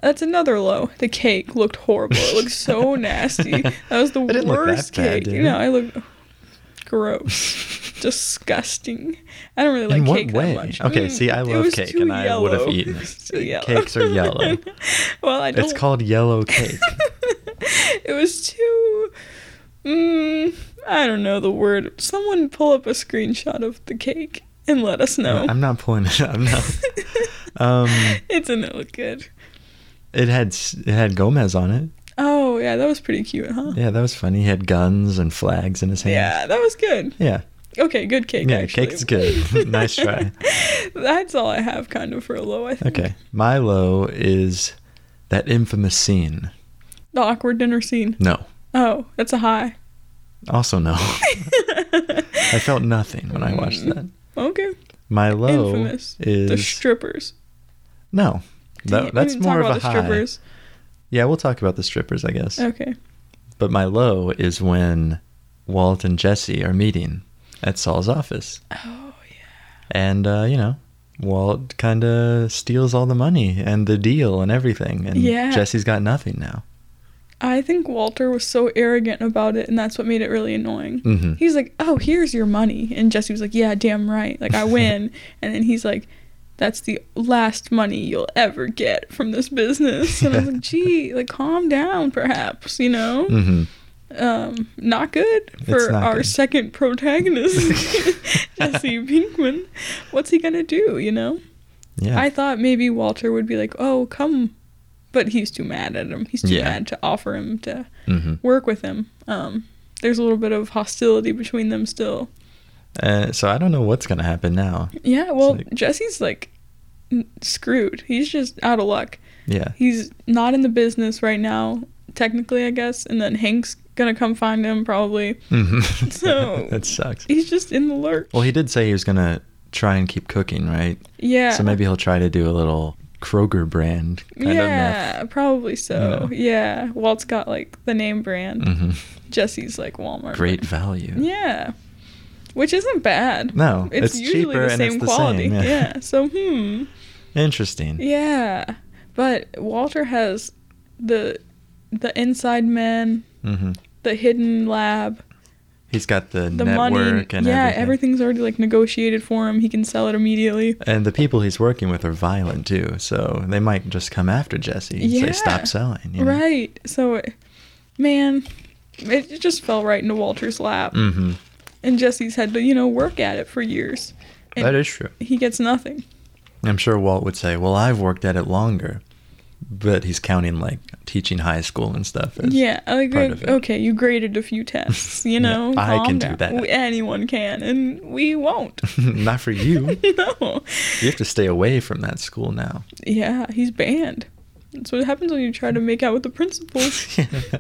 Speaker 3: that's another low. The cake looked horrible. It looked so nasty. That was the
Speaker 2: It didn't look that
Speaker 3: worst
Speaker 2: bad,
Speaker 3: cake.
Speaker 2: did
Speaker 3: You
Speaker 2: it?
Speaker 3: know, I looked gross, disgusting. I don't really like
Speaker 2: In what
Speaker 3: cake
Speaker 2: way?
Speaker 3: that much.
Speaker 2: Okay,
Speaker 3: Mm,
Speaker 2: see, I
Speaker 3: it
Speaker 2: love
Speaker 3: was
Speaker 2: cake,
Speaker 3: too
Speaker 2: and I would have
Speaker 3: yellow.
Speaker 2: eaten it.
Speaker 3: was too yellow.
Speaker 2: Cakes are yellow.
Speaker 3: well, I don't.
Speaker 2: It's called yellow cake.
Speaker 3: it was too. Mm, I don't know the word. Someone pull up a screenshot of the cake and let us know.
Speaker 2: I'm not pulling it up now. Um,
Speaker 3: it didn't look good.
Speaker 2: it had s- it had Gomez on it.
Speaker 3: Oh yeah, that was pretty cute, huh?
Speaker 2: Yeah, that was funny. He had guns and flags in his hand.
Speaker 3: Yeah, that was good.
Speaker 2: Yeah.
Speaker 3: Okay, good cake.
Speaker 2: Yeah,
Speaker 3: actually.
Speaker 2: cake's good. Nice try.
Speaker 3: That's all I have, kind of for a low. I think.
Speaker 2: Okay. Milo is that infamous scene.
Speaker 3: The awkward dinner scene.
Speaker 2: No.
Speaker 3: Oh, that's a high.
Speaker 2: Also no. I felt nothing when I watched that.
Speaker 3: Okay.
Speaker 2: My low
Speaker 3: Infamous.
Speaker 2: is
Speaker 3: the strippers.
Speaker 2: no.
Speaker 3: Dang
Speaker 2: That,
Speaker 3: it, we
Speaker 2: that's
Speaker 3: didn't talk
Speaker 2: more of
Speaker 3: about
Speaker 2: a
Speaker 3: the
Speaker 2: high.
Speaker 3: strippers. Uh.
Speaker 2: Yeah, we'll talk about the strippers, I guess.
Speaker 3: Okay.
Speaker 2: But my low is when Walt and Jesse are meeting at Saul's office.
Speaker 3: Oh
Speaker 2: And, uh, you know, Walt kind of steals all the money and the deal and everything. And
Speaker 3: Yeah.
Speaker 2: Jesse's got nothing now.
Speaker 3: I think Walter was so arrogant about it, and that's what made it really annoying.
Speaker 2: Mhm.
Speaker 3: He's like, "Oh, here's your money," and Jesse was like, "Yeah, damn right, like I win." and then he's like, "That's the last money you'll ever get from this business." And I was like, "Gee, like calm down, perhaps, you know."
Speaker 2: hmm
Speaker 3: Um, not good for
Speaker 2: not
Speaker 3: our
Speaker 2: good.
Speaker 3: second protagonist, Jesse Pinkman. What's he gonna do, you know?
Speaker 2: Yeah.
Speaker 3: I thought maybe Walter would be like, "Oh, come," but he's too mad at him. He's too
Speaker 2: Yeah.
Speaker 3: mad to offer him to
Speaker 2: hmm
Speaker 3: work with him. Um, there's a little bit of hostility between them still.
Speaker 2: uh, so I don't know what's going to happen now.
Speaker 3: Yeah, well,
Speaker 2: like-
Speaker 3: Jesse's like n- screwed. He's just out of luck.
Speaker 2: Yeah.
Speaker 3: He's not in the business right now, technically, I guess. And then Hank's gonna come find him probably.
Speaker 2: Mhm.
Speaker 3: So-
Speaker 2: that sucks.
Speaker 3: He's just in the lurch.
Speaker 2: Well, he did say he was going to try and keep cooking, right?
Speaker 3: yeah.
Speaker 2: So maybe he'll try to do a little Kroger brand kind
Speaker 3: yeah, probably so.
Speaker 2: know.
Speaker 3: Yeah, Walt's got like the name brand.
Speaker 2: of meth. hmm
Speaker 3: Jesse's like Walmart.
Speaker 2: Great value.
Speaker 3: Yeah. Which isn't bad.
Speaker 2: No,
Speaker 3: It's,
Speaker 2: it's
Speaker 3: usually
Speaker 2: cheaper
Speaker 3: the
Speaker 2: and
Speaker 3: same
Speaker 2: it's the same,
Speaker 3: quality.
Speaker 2: yeah.
Speaker 3: yeah. So hmm.
Speaker 2: Interesting.
Speaker 3: Yeah. But Walter has the the inside men,
Speaker 2: hmm
Speaker 3: the hidden lab,
Speaker 2: He's got the,
Speaker 3: the
Speaker 2: network
Speaker 3: money.
Speaker 2: and
Speaker 3: yeah,
Speaker 2: everything.
Speaker 3: everything's already like negotiated for him. He can sell it immediately.
Speaker 2: And the people he's working with are violent too, so they might just come after Jesse and
Speaker 3: Yeah.
Speaker 2: say stop selling. You know?
Speaker 3: Right. So it- man, it it just fell right into Walter's lap.
Speaker 2: Mm-hmm.
Speaker 3: And Jesse's had to, you know, work at it for years. And
Speaker 2: That is true.
Speaker 3: he gets nothing.
Speaker 2: I'm sure Walt would say, "Well, I've worked at it longer," but he's counting like teaching high school and stuff. As,
Speaker 3: Yeah, like
Speaker 2: part of it.
Speaker 3: okay, you graded a few tests, you
Speaker 2: Yeah,
Speaker 3: know.
Speaker 2: I
Speaker 3: calm
Speaker 2: can do
Speaker 3: down.
Speaker 2: that.
Speaker 3: We- anyone can, and we won't.
Speaker 2: Not for you.
Speaker 3: no.
Speaker 2: You have to stay away from that school now.
Speaker 3: Yeah, he's banned. That's what happens when you try to make out with the principal.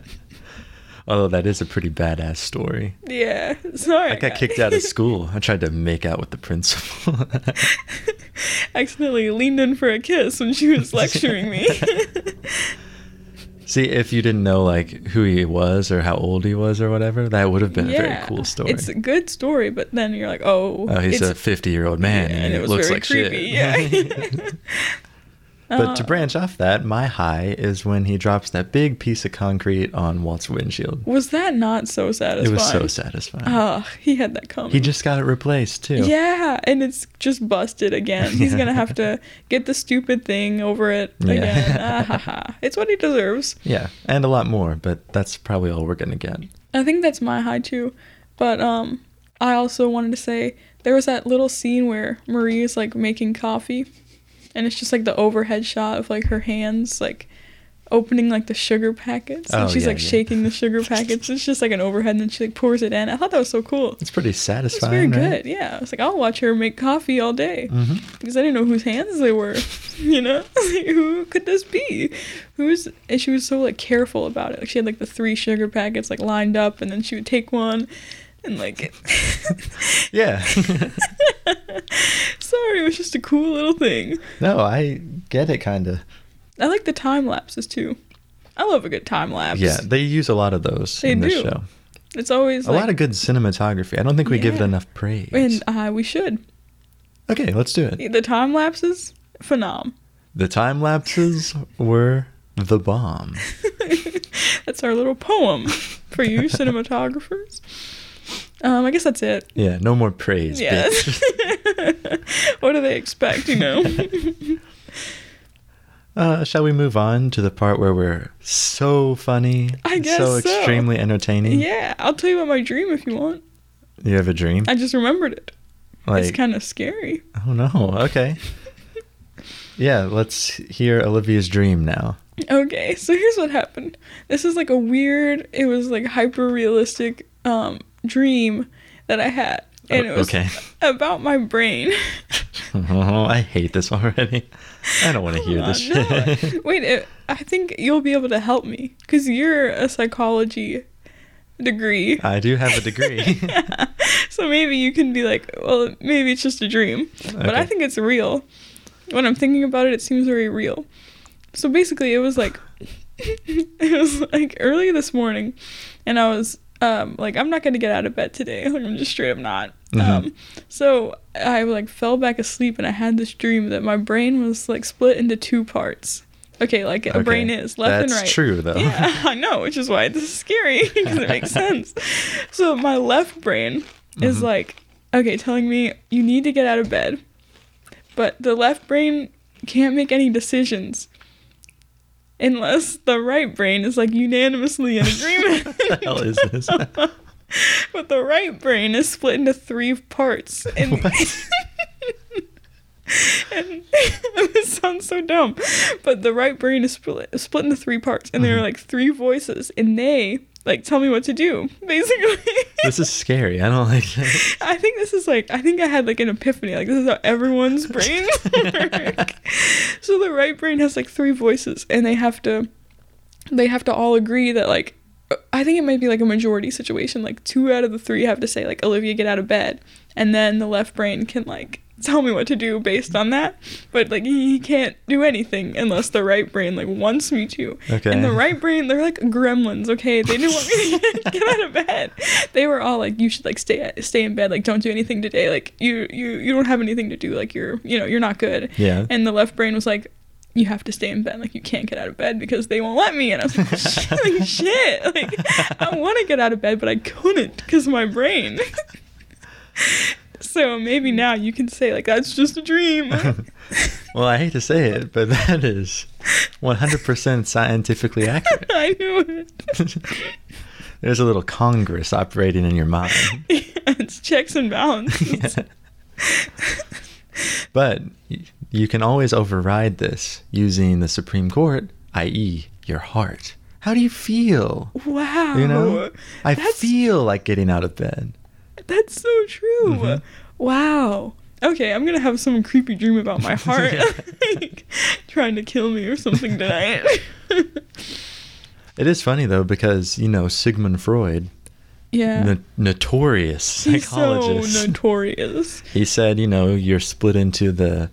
Speaker 2: Although that is a pretty badass story.
Speaker 3: yeah, sorry.
Speaker 2: I got
Speaker 3: guys.
Speaker 2: kicked out of school. I tried to make out with the principal.
Speaker 3: Accidentally leaned in for a kiss when she was lecturing me.
Speaker 2: See, if you didn't know like who he was or how old he was or whatever, that would have been
Speaker 3: yeah,
Speaker 2: a very cool story.
Speaker 3: It's a good story, but then you're like, oh,
Speaker 2: Oh, he's
Speaker 3: it's,
Speaker 2: a 50 year old man
Speaker 3: yeah,
Speaker 2: and,
Speaker 3: and it
Speaker 2: it
Speaker 3: was
Speaker 2: looks
Speaker 3: very
Speaker 2: like
Speaker 3: creepy,
Speaker 2: shit.
Speaker 3: yeah.
Speaker 2: but
Speaker 3: Uh,
Speaker 2: to branch off that, my high is when he drops that big piece of concrete on Walt's windshield.
Speaker 3: was that not so
Speaker 2: It
Speaker 3: satisfying?
Speaker 2: was so satisfying.
Speaker 3: Oh, he had that coming.
Speaker 2: he just got it replaced too.
Speaker 3: Yeah, and it's just busted again. He's gonna have to get the stupid thing over it
Speaker 2: Yeah.
Speaker 3: again. Ah, ha, ha. It's what he deserves.
Speaker 2: Yeah, and a lot more, but that's probably all we're gonna get.
Speaker 3: I think that's my high too. But um, I also wanted to say there was that little scene where Marie is like making coffee, and it's just like the overhead shot of like her hands like opening like the sugar packets and
Speaker 2: Oh,
Speaker 3: she's
Speaker 2: yeah,
Speaker 3: like
Speaker 2: yeah.
Speaker 3: shaking the sugar packets. It's just like an overhead and then she like pours it in. I thought that was so cool.
Speaker 2: It's pretty
Speaker 3: It's very
Speaker 2: satisfying.
Speaker 3: good. Yeah. I was like, I'll watch her make coffee all day
Speaker 2: hmm
Speaker 3: because I didn't know whose hands they were. You know, Like, who could this be? Who's? And she was so like careful about it. Like she had like the three sugar packets like lined up, and then she would take one, and like.
Speaker 2: Yeah.
Speaker 3: Sorry, it was just a cool little thing.
Speaker 2: no, I get it, kind of.
Speaker 3: I like the time lapses too. I love a good time lapse.
Speaker 2: Yeah, they use a lot of those
Speaker 3: They
Speaker 2: in this
Speaker 3: do.
Speaker 2: show.
Speaker 3: it's always
Speaker 2: A
Speaker 3: like,
Speaker 2: lot of good cinematography. I don't think we give it
Speaker 3: Yeah.
Speaker 2: enough praise.
Speaker 3: and uh, we should
Speaker 2: okay, let's do it.
Speaker 3: the time lapses phenom.
Speaker 2: The time lapses were the bomb.
Speaker 3: That's our little poem for you cinematographers. Um, I guess that's it.
Speaker 2: Yeah, no more praise.
Speaker 3: Yeah.
Speaker 2: Bitch.
Speaker 3: what do they expect, you know?
Speaker 2: Uh, shall we move on to the part where we're so funny?
Speaker 3: I guess
Speaker 2: so.
Speaker 3: so.
Speaker 2: extremely entertaining.
Speaker 3: yeah, I'll tell you about my dream if you want.
Speaker 2: You have a dream?
Speaker 3: I just remembered it.
Speaker 2: Like,
Speaker 3: it's kind of scary.
Speaker 2: oh no, okay. yeah, let's hear Olivia's dream now.
Speaker 3: Okay, so here's what happened. This is like a weird, it was like hyper realistic um, dream that I had. And it was
Speaker 2: okay.
Speaker 3: about my brain.
Speaker 2: Oh, I hate this already. I don't want to hear this
Speaker 3: Oh, no.
Speaker 2: shit.
Speaker 3: Wait, it, I think you'll be able to help me because you're a psychology degree.
Speaker 2: I do have a degree.
Speaker 3: so maybe you can be like, well, maybe it's just a dream, but I
Speaker 2: Okay.
Speaker 3: think it's real. When I'm thinking about it, it seems very real. So basically, it was like, it was like early this morning, and I was um, like, I'm not gonna get out of bed today. Like, I'm just straight up not.
Speaker 2: Mm-hmm.
Speaker 3: Um, so I like fell back asleep, and I had this dream that my brain was like split into two parts. Okay, like a
Speaker 2: Okay.
Speaker 3: brain is left
Speaker 2: That's
Speaker 3: and right.
Speaker 2: true, though.
Speaker 3: Yeah, I know, which is why this is scary because it makes sense. So my left brain is
Speaker 2: Mm-hmm.
Speaker 3: like, okay, telling me you need to get out of bed, but the left brain can't make any decisions unless the right brain is like unanimously in agreement.
Speaker 2: What the hell is this?
Speaker 3: but the right brain is split into three parts, and
Speaker 2: What?
Speaker 3: and this sounds so dumb, but the right brain is split, split into three parts, and
Speaker 2: Mm-hmm.
Speaker 3: there are like three voices, and they like tell me what to do, basically.
Speaker 2: This is scary. I don't like it.
Speaker 3: I think this is like I think I had like an epiphany. Like this is how everyone's brains work. so the right brain has like three voices, and they have to they have to all agree that like I think it might be like a majority situation. Like two out of the three have to say like Olivia get out of bed, and then the left brain can like tell me what to do based on that. But like he he can't do anything unless the right brain like wants me to.
Speaker 2: Okay.
Speaker 3: And the right brain, they're like gremlins. Okay, they didn't want me to get out of bed. They were all like, you should like stay stay in bed. Like don't do anything today. Like you you you don't have anything to do. Like you're you know you're not good.
Speaker 2: Yeah.
Speaker 3: And the left brain was like, you have to stay in bed. Like you can't get out of bed because they won't let me. And I was like, shit, like, shit. Like I want to get out of bed, but I couldn't because my brain. so maybe now you can say like that's just a dream.
Speaker 2: Well, I hate to say it, but that is 100% scientifically accurate.
Speaker 3: I knew it.
Speaker 2: There's a little Congress operating in your mind.
Speaker 3: it's checks and balances.
Speaker 2: But y- you can always override this using the Supreme Court, i.e., your heart. How do you feel?
Speaker 3: Wow.
Speaker 2: You know? I
Speaker 3: that's,
Speaker 2: feel like getting out of bed.
Speaker 3: That's so true.
Speaker 2: Mm-hmm.
Speaker 3: Wow. Okay, I'm gonna have some creepy dream about my heart like, trying to kill me or something tonight.
Speaker 2: It is funny, though, because, you know, Sigmund Freud,
Speaker 3: yeah.
Speaker 2: no- notorious
Speaker 3: He's
Speaker 2: psychologist,
Speaker 3: so notorious.
Speaker 2: he said, you know, you're split into the,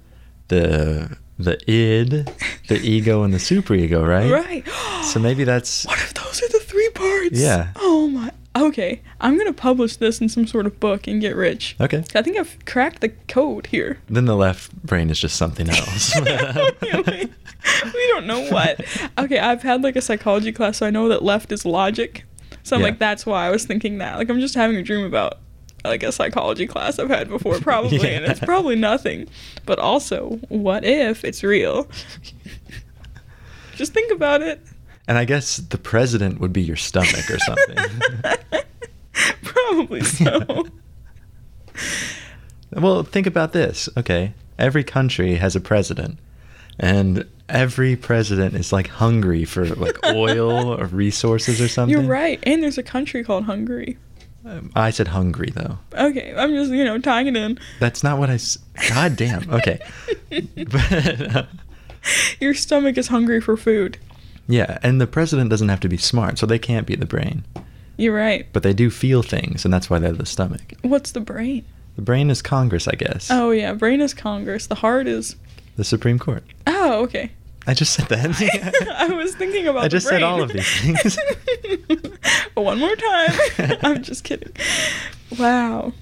Speaker 2: the, the id, the ego, and the superego, right?
Speaker 3: Right.
Speaker 2: So maybe that's
Speaker 3: what if those are the three parts?
Speaker 2: Yeah.
Speaker 3: Oh my. Okay, I'm gonna publish this in some sort of book and get rich.
Speaker 2: okay.
Speaker 3: I think I've cracked the code here.
Speaker 2: Then the left brain is just something else.
Speaker 3: we don't know what. Okay, I've had like a psychology class, so I know that left is logic. So I'm
Speaker 2: Yeah.
Speaker 3: like, that's why I was thinking that. Like, I'm just having a dream about like a psychology class I've had before, probably, and it's
Speaker 2: Yeah.
Speaker 3: probably nothing. But also, what if it's real? just think about it.
Speaker 2: and I guess the president would be your stomach or something.
Speaker 3: probably so.
Speaker 2: well, think about this. Okay. Every country has a president. and every president is like hungry for like oil or resources or something.
Speaker 3: You're right. And there's a country called Hungary.
Speaker 2: Um, I said hungry though.
Speaker 3: Okay, I'm just, you know, tying it in.
Speaker 2: That's not what I. S- God damn. Okay. but, uh,
Speaker 3: Your stomach is hungry for food.
Speaker 2: yeah, and the president doesn't have to be smart, so they can't be the brain,
Speaker 3: You're right.
Speaker 2: but they do feel things, and that's why they're the stomach.
Speaker 3: What's the brain?
Speaker 2: The brain is Congress, I guess.
Speaker 3: Oh, yeah, brain is Congress. The heart is.
Speaker 2: The Supreme Court.
Speaker 3: Oh, okay.
Speaker 2: I just said that.
Speaker 3: I was thinking about
Speaker 2: I
Speaker 3: the
Speaker 2: just said
Speaker 3: brain.
Speaker 2: all of these things.
Speaker 3: One more time. I'm just kidding. Wow.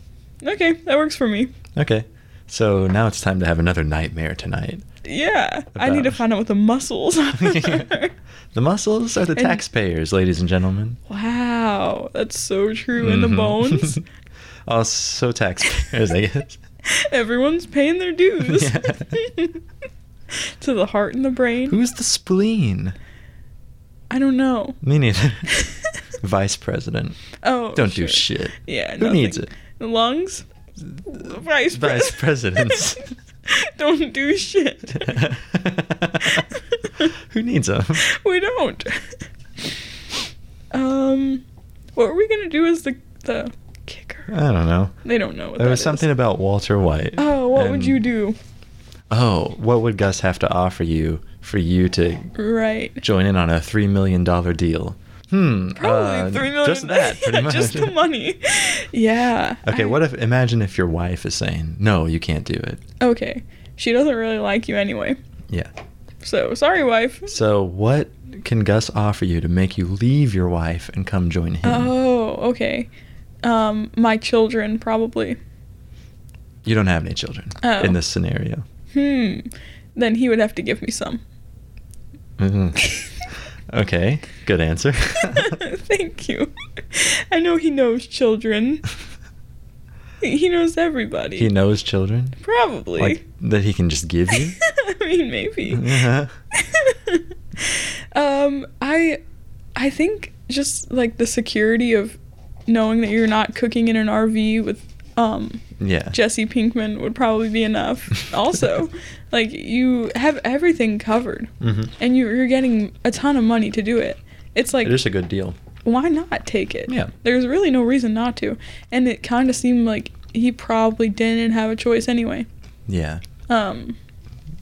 Speaker 3: Okay, that works for me.
Speaker 2: okay. So now it's time to have another nightmare tonight.
Speaker 3: Yeah. I need to
Speaker 2: About-
Speaker 3: find out what the muscles are.
Speaker 2: the muscles are the
Speaker 3: And-
Speaker 2: taxpayers, ladies and gentlemen.
Speaker 3: wow. That's so true. And the
Speaker 2: Mhm.
Speaker 3: bones.
Speaker 2: also taxpayers, I guess.
Speaker 3: Everyone's paying their dues.
Speaker 2: Yeah.
Speaker 3: to the heart and the brain.
Speaker 2: Who's the spleen?
Speaker 3: I don't know.
Speaker 2: Me neither. Vice president.
Speaker 3: oh.
Speaker 2: Don't
Speaker 3: sure.
Speaker 2: do shit.
Speaker 3: Yeah.
Speaker 2: Who needs it?
Speaker 3: nothing. Lungs? Vice,
Speaker 2: Vice
Speaker 3: presidents.
Speaker 2: presidents.
Speaker 3: don't do shit.
Speaker 2: Who needs them?
Speaker 3: We don't. Um, what were we gonna do as the the kicker?
Speaker 2: I don't know.
Speaker 3: They don't know. What
Speaker 2: There
Speaker 3: that
Speaker 2: was
Speaker 3: is.
Speaker 2: something about Walter White.
Speaker 3: Oh, what would
Speaker 2: and-
Speaker 3: you do?
Speaker 2: Oh, what would Gus have to offer you for you to
Speaker 3: Right.
Speaker 2: join in on a three million dollar deal? Hmm.
Speaker 3: Probably
Speaker 2: uh,
Speaker 3: three million.
Speaker 2: Just that, pretty much.
Speaker 3: just the money. Yeah.
Speaker 2: Okay,
Speaker 3: I-
Speaker 2: what if imagine if your wife is saying, "No, you can't do it."
Speaker 3: Okay, she doesn't really like you anyway.
Speaker 2: Yeah.
Speaker 3: So sorry, wife.
Speaker 2: So what can Gus offer you to make you leave your wife and come join him?
Speaker 3: Oh, okay. Um, my children probably.
Speaker 2: You don't have any children
Speaker 3: Oh.
Speaker 2: in this scenario.
Speaker 3: Hmm. Then he would have to give me some.
Speaker 2: Mhm. okay, good answer.
Speaker 3: Thank you. I know he knows children. He knows everybody.
Speaker 2: he knows children,
Speaker 3: Probably.
Speaker 2: like that he can just give you.
Speaker 3: I mean, maybe.
Speaker 2: Uh-huh.
Speaker 3: um, I, I think just like the security of knowing that you're not cooking in an RV with um,
Speaker 2: Yeah.
Speaker 3: Jesse Pinkman would probably be enough. Also, like you have everything covered,
Speaker 2: Mhm.
Speaker 3: and you, you're getting a ton of money to do it. It's like
Speaker 2: it is a good deal.
Speaker 3: why not take it?
Speaker 2: Yeah.
Speaker 3: There's really no reason not to. And it kind of seemed like he probably didn't have a choice anyway.
Speaker 2: Yeah.
Speaker 3: Um,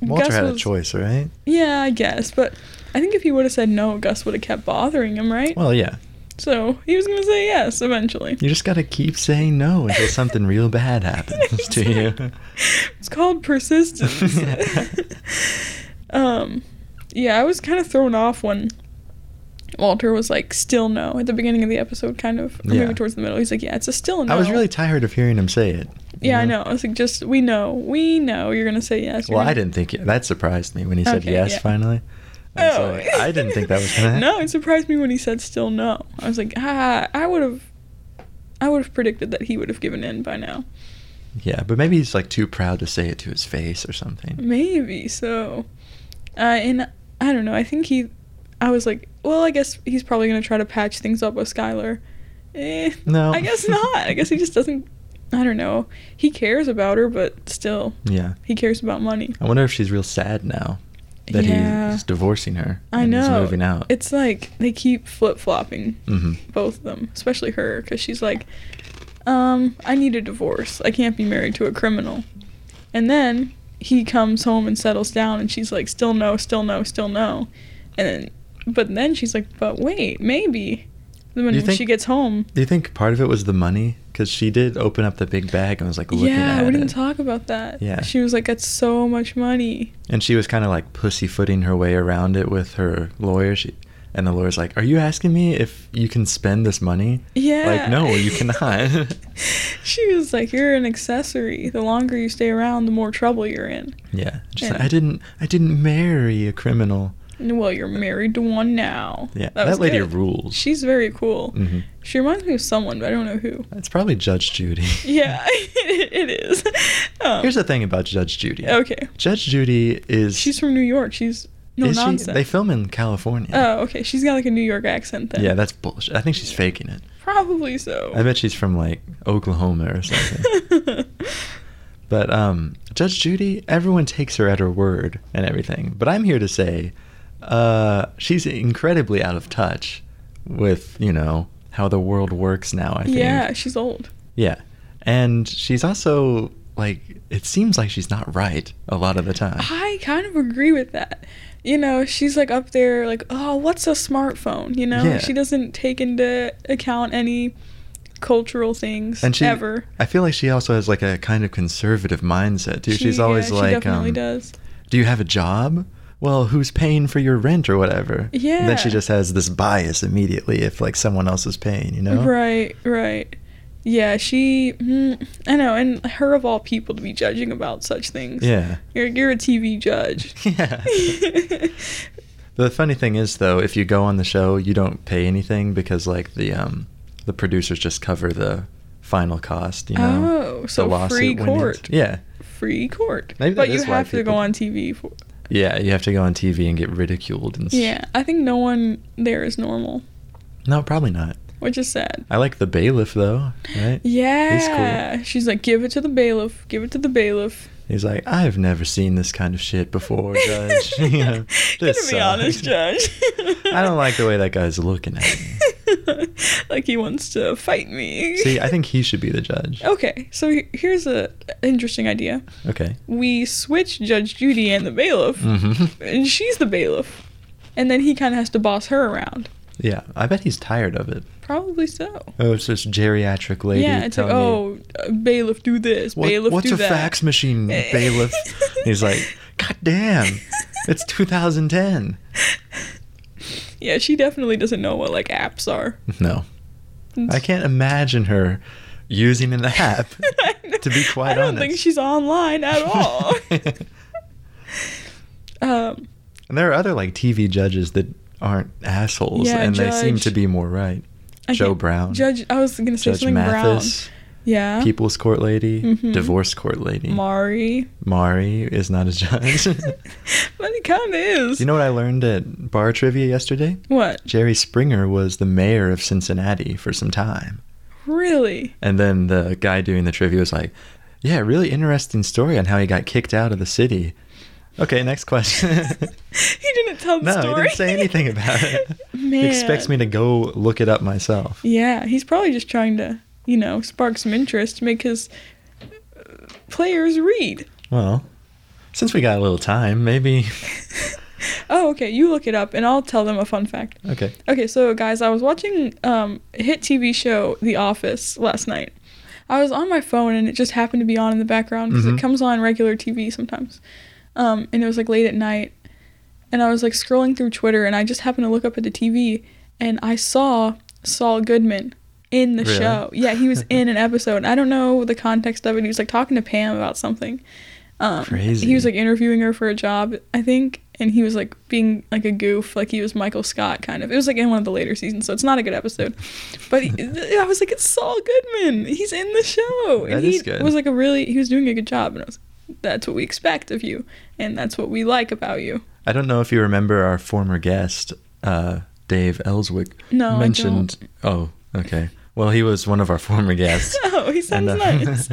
Speaker 2: Walter
Speaker 3: Gus
Speaker 2: had a
Speaker 3: was-
Speaker 2: choice, right?
Speaker 3: Yeah, I guess. But I think if he would have said no, Gus would have kept bothering him, right?
Speaker 2: Well, yeah.
Speaker 3: so he was going to say yes eventually.
Speaker 2: You just gotta keep saying no until something real bad happens to you.
Speaker 3: It's called persistence. um, yeah, I was kind of thrown off when Walter was like, still no, at the beginning of the episode, kind of. Or
Speaker 2: Yeah.
Speaker 3: maybe towards the middle. He's like, yeah, it's a still no.
Speaker 2: I was really tired of hearing him say it. you
Speaker 3: Yeah, I know. I was like, just we know, we know you're gonna say yes. you're
Speaker 2: Well, I
Speaker 3: gonna-
Speaker 2: didn't think that surprised me when he said
Speaker 3: Okay,
Speaker 2: yes
Speaker 3: yeah. Oh.
Speaker 2: finally. I was like, I didn't think that was gonna happen.
Speaker 3: no, it surprised me when he said still no. I was like, ah, I would have, I would have predicted that he would have given in by now.
Speaker 2: Yeah, but maybe he's like too proud to say it to his face or something.
Speaker 3: Maybe so. Uh, and I don't know. I think he, I was like, well, I guess he's probably gonna try to patch things up with Skylar. Eh,
Speaker 2: No.
Speaker 3: I guess not. I guess he just doesn't. I don't know. He cares about her, but still,
Speaker 2: Yeah.
Speaker 3: he cares about money.
Speaker 2: I wonder if she's real sad now that
Speaker 3: Yeah.
Speaker 2: he's divorcing her.
Speaker 3: I
Speaker 2: and He's
Speaker 3: know.
Speaker 2: moving out.
Speaker 3: It's like they keep flip flopping,
Speaker 2: hmm
Speaker 3: both of them, especially her, because she's like, um, I need a divorce. I can't be married to a criminal. And then he comes home and settles down, and she's like, still no, still no, still no. And then, but then she's like, but wait, maybe. Then when
Speaker 2: You think-
Speaker 3: she gets home,
Speaker 2: Do you think part of it was the money? Because she did open up the big bag and was like looking
Speaker 3: yeah,
Speaker 2: at
Speaker 3: we didn't
Speaker 2: it.
Speaker 3: talk about that.
Speaker 2: Yeah.
Speaker 3: She was like, that's so much money.
Speaker 2: and she was kind of like pussyfooting her way around it with her lawyer. She, and the lawyer's like, "Are you asking me if you can spend this money?"
Speaker 3: Yeah.
Speaker 2: Like, no, you cannot.
Speaker 3: she was like, you're an accessory. The longer you stay around, the more trouble you're in.
Speaker 2: yeah. She's like,
Speaker 3: And-
Speaker 2: I didn't. I didn't marry a criminal.
Speaker 3: Well, you're married to one now.
Speaker 2: Yeah, that
Speaker 3: was
Speaker 2: lady
Speaker 3: good.
Speaker 2: rules.
Speaker 3: She's very cool.
Speaker 2: Mhm.
Speaker 3: She reminds me of someone, but I don't know who.
Speaker 2: It's probably Judge Judy.
Speaker 3: Yeah, it is. Um,
Speaker 2: Here's the thing about Judge Judy.
Speaker 3: Okay.
Speaker 2: Judge Judy is
Speaker 3: She's from New York. She's no
Speaker 2: is she-
Speaker 3: nonsense.
Speaker 2: they film in California.
Speaker 3: Oh, okay. She's got like a New York accent then.
Speaker 2: Yeah, that's bullshit. I think she's faking it.
Speaker 3: probably so.
Speaker 2: I bet she's from like Oklahoma or something. But um, Judge Judy, everyone takes her at her word and everything. But I'm here to say, uh, she's incredibly out of touch with you know how the world works now. I think.
Speaker 3: Yeah, she's old.
Speaker 2: Yeah, and she's also like it seems like she's not right a lot of the time.
Speaker 3: I kind of agree with that. You know, she's like up there, like, oh, what's a smartphone? You know,
Speaker 2: Yeah.
Speaker 3: she doesn't take into account any cultural things
Speaker 2: and she,
Speaker 3: ever.
Speaker 2: I feel like she also has like a kind of conservative mindset too.
Speaker 3: She-
Speaker 2: she's always
Speaker 3: yeah, she
Speaker 2: like,
Speaker 3: definitely
Speaker 2: um,
Speaker 3: does.
Speaker 2: "Do you have a job? Well, who's paying for your rent or whatever?" And then she
Speaker 3: Yeah.
Speaker 2: just has this bias immediately if like someone else is paying, you know?
Speaker 3: Right, right. Yeah, she. Mm, I know, and her of all people to be judging about such things.
Speaker 2: Yeah.
Speaker 3: You're, you're a TV judge.
Speaker 2: Yeah. the funny thing is though, if you go on the show, you don't pay anything because like the um the producers just cover the final cost, you know.
Speaker 3: Oh,
Speaker 2: The
Speaker 3: so
Speaker 2: lawsuit
Speaker 3: free
Speaker 2: winnings.
Speaker 3: court.
Speaker 2: Yeah.
Speaker 3: Free court.
Speaker 2: Maybe that
Speaker 3: but you
Speaker 2: is why
Speaker 3: have to
Speaker 2: people-
Speaker 3: go on TV for.
Speaker 2: Yeah, you have to go on TV and get ridiculed and s-
Speaker 3: Yeah, I think no one there is normal,
Speaker 2: No, probably not.
Speaker 3: which is sad.
Speaker 2: I like the bailiff though, right?
Speaker 3: Yeah. She's like, give it to the bailiff. Give it to the bailiff.
Speaker 2: He's like, I've never seen this kind of shit before, Judge. You know,
Speaker 3: Gonna
Speaker 2: this
Speaker 3: be honest,
Speaker 2: sucks.
Speaker 3: Judge.
Speaker 2: I don't like the way that guy's looking at me.
Speaker 3: that. like he wants to fight me.
Speaker 2: See, I think he should be the judge.
Speaker 3: Okay, so he- here's a interesting idea.
Speaker 2: Okay.
Speaker 3: We switch Judge Judy and the bailiff,
Speaker 2: hmm
Speaker 3: and she's the bailiff, and then he kind of has to boss her around.
Speaker 2: Yeah, I bet he's tired of it.
Speaker 3: Probably so.
Speaker 2: Oh, it's this geriatric lady
Speaker 3: yeah, it's like,
Speaker 2: telling me,
Speaker 3: oh, uh, bailiff, do this.
Speaker 2: "What-
Speaker 3: bailiff,
Speaker 2: what's
Speaker 3: do
Speaker 2: a
Speaker 3: that.
Speaker 2: fax machine, bailiff? And he's like, God damn, it's 2010.
Speaker 3: Yeah, she definitely doesn't know what like apps are.
Speaker 2: No, I can't imagine her using an app. to be quite
Speaker 3: I don't think
Speaker 2: honest.
Speaker 3: she's online at all. um,
Speaker 2: And there are other like TV judges that aren't assholes,
Speaker 3: Yeah,
Speaker 2: and they seem
Speaker 3: Judge-
Speaker 2: to be more right.
Speaker 3: I
Speaker 2: Joe
Speaker 3: can't-
Speaker 2: Brown,
Speaker 3: Judge, I was gonna say
Speaker 2: Judge
Speaker 3: something
Speaker 2: Mathis,
Speaker 3: Brown. Yeah.
Speaker 2: People's Court Lady,
Speaker 3: Mhm.
Speaker 2: Divorce Court Lady.
Speaker 3: Mari.
Speaker 2: Mari is not a judge.
Speaker 3: but he kind of is.
Speaker 2: you know what I learned at bar trivia yesterday?
Speaker 3: what?
Speaker 2: Jerry Springer was the mayor of Cincinnati for some time,
Speaker 3: Really?
Speaker 2: and then the guy doing the trivia was like, "Yeah, really interesting story on how he got kicked out of the city." Okay, next question.
Speaker 3: He didn't tell the
Speaker 2: no,
Speaker 3: story.
Speaker 2: he didn't say anything about it.
Speaker 3: Man.
Speaker 2: He expects me to go look it up myself.
Speaker 3: Yeah, he's probably just trying to, you know, spark some interest, make his uh, players read.
Speaker 2: Well, since we got a little time, maybe.
Speaker 3: Oh, okay. You look it up, and I'll tell them a fun fact.
Speaker 2: Okay.
Speaker 3: Okay, so guys, I was watching um a hit TV show The Office last night. I was on my phone and it just happened to be on in the background because
Speaker 2: Mhm.
Speaker 3: it comes on regular TV sometimes. Um, and it was like late at night, and I was like scrolling through Twitter and I just happened to look up at the TV and I saw Saul Goodman in the
Speaker 2: Really?
Speaker 3: show. Yeah, he was in an episode. I don't know the context of it. He was like talking to Pam about something. Um,
Speaker 2: Crazy.
Speaker 3: He was like interviewing her for a job, I think, and he was like being like a goof, like he was Michael Scott kind of. It was like in one of the later seasons, so it's not a good episode. But he, I was like, it's Saul Goodman. He's in the show,
Speaker 2: That
Speaker 3: and he
Speaker 2: is good.
Speaker 3: was like a really he was doing a good job, and I was. like, That's what we expect of you, and that's what we like about you.
Speaker 2: I don't know if you remember our former guest, uh, Dave Ellswick,
Speaker 3: No, I
Speaker 2: mentioned. Oh, okay. Well, he was one of our former guests.
Speaker 3: Oh, he sounds
Speaker 2: And, uh,
Speaker 3: nice.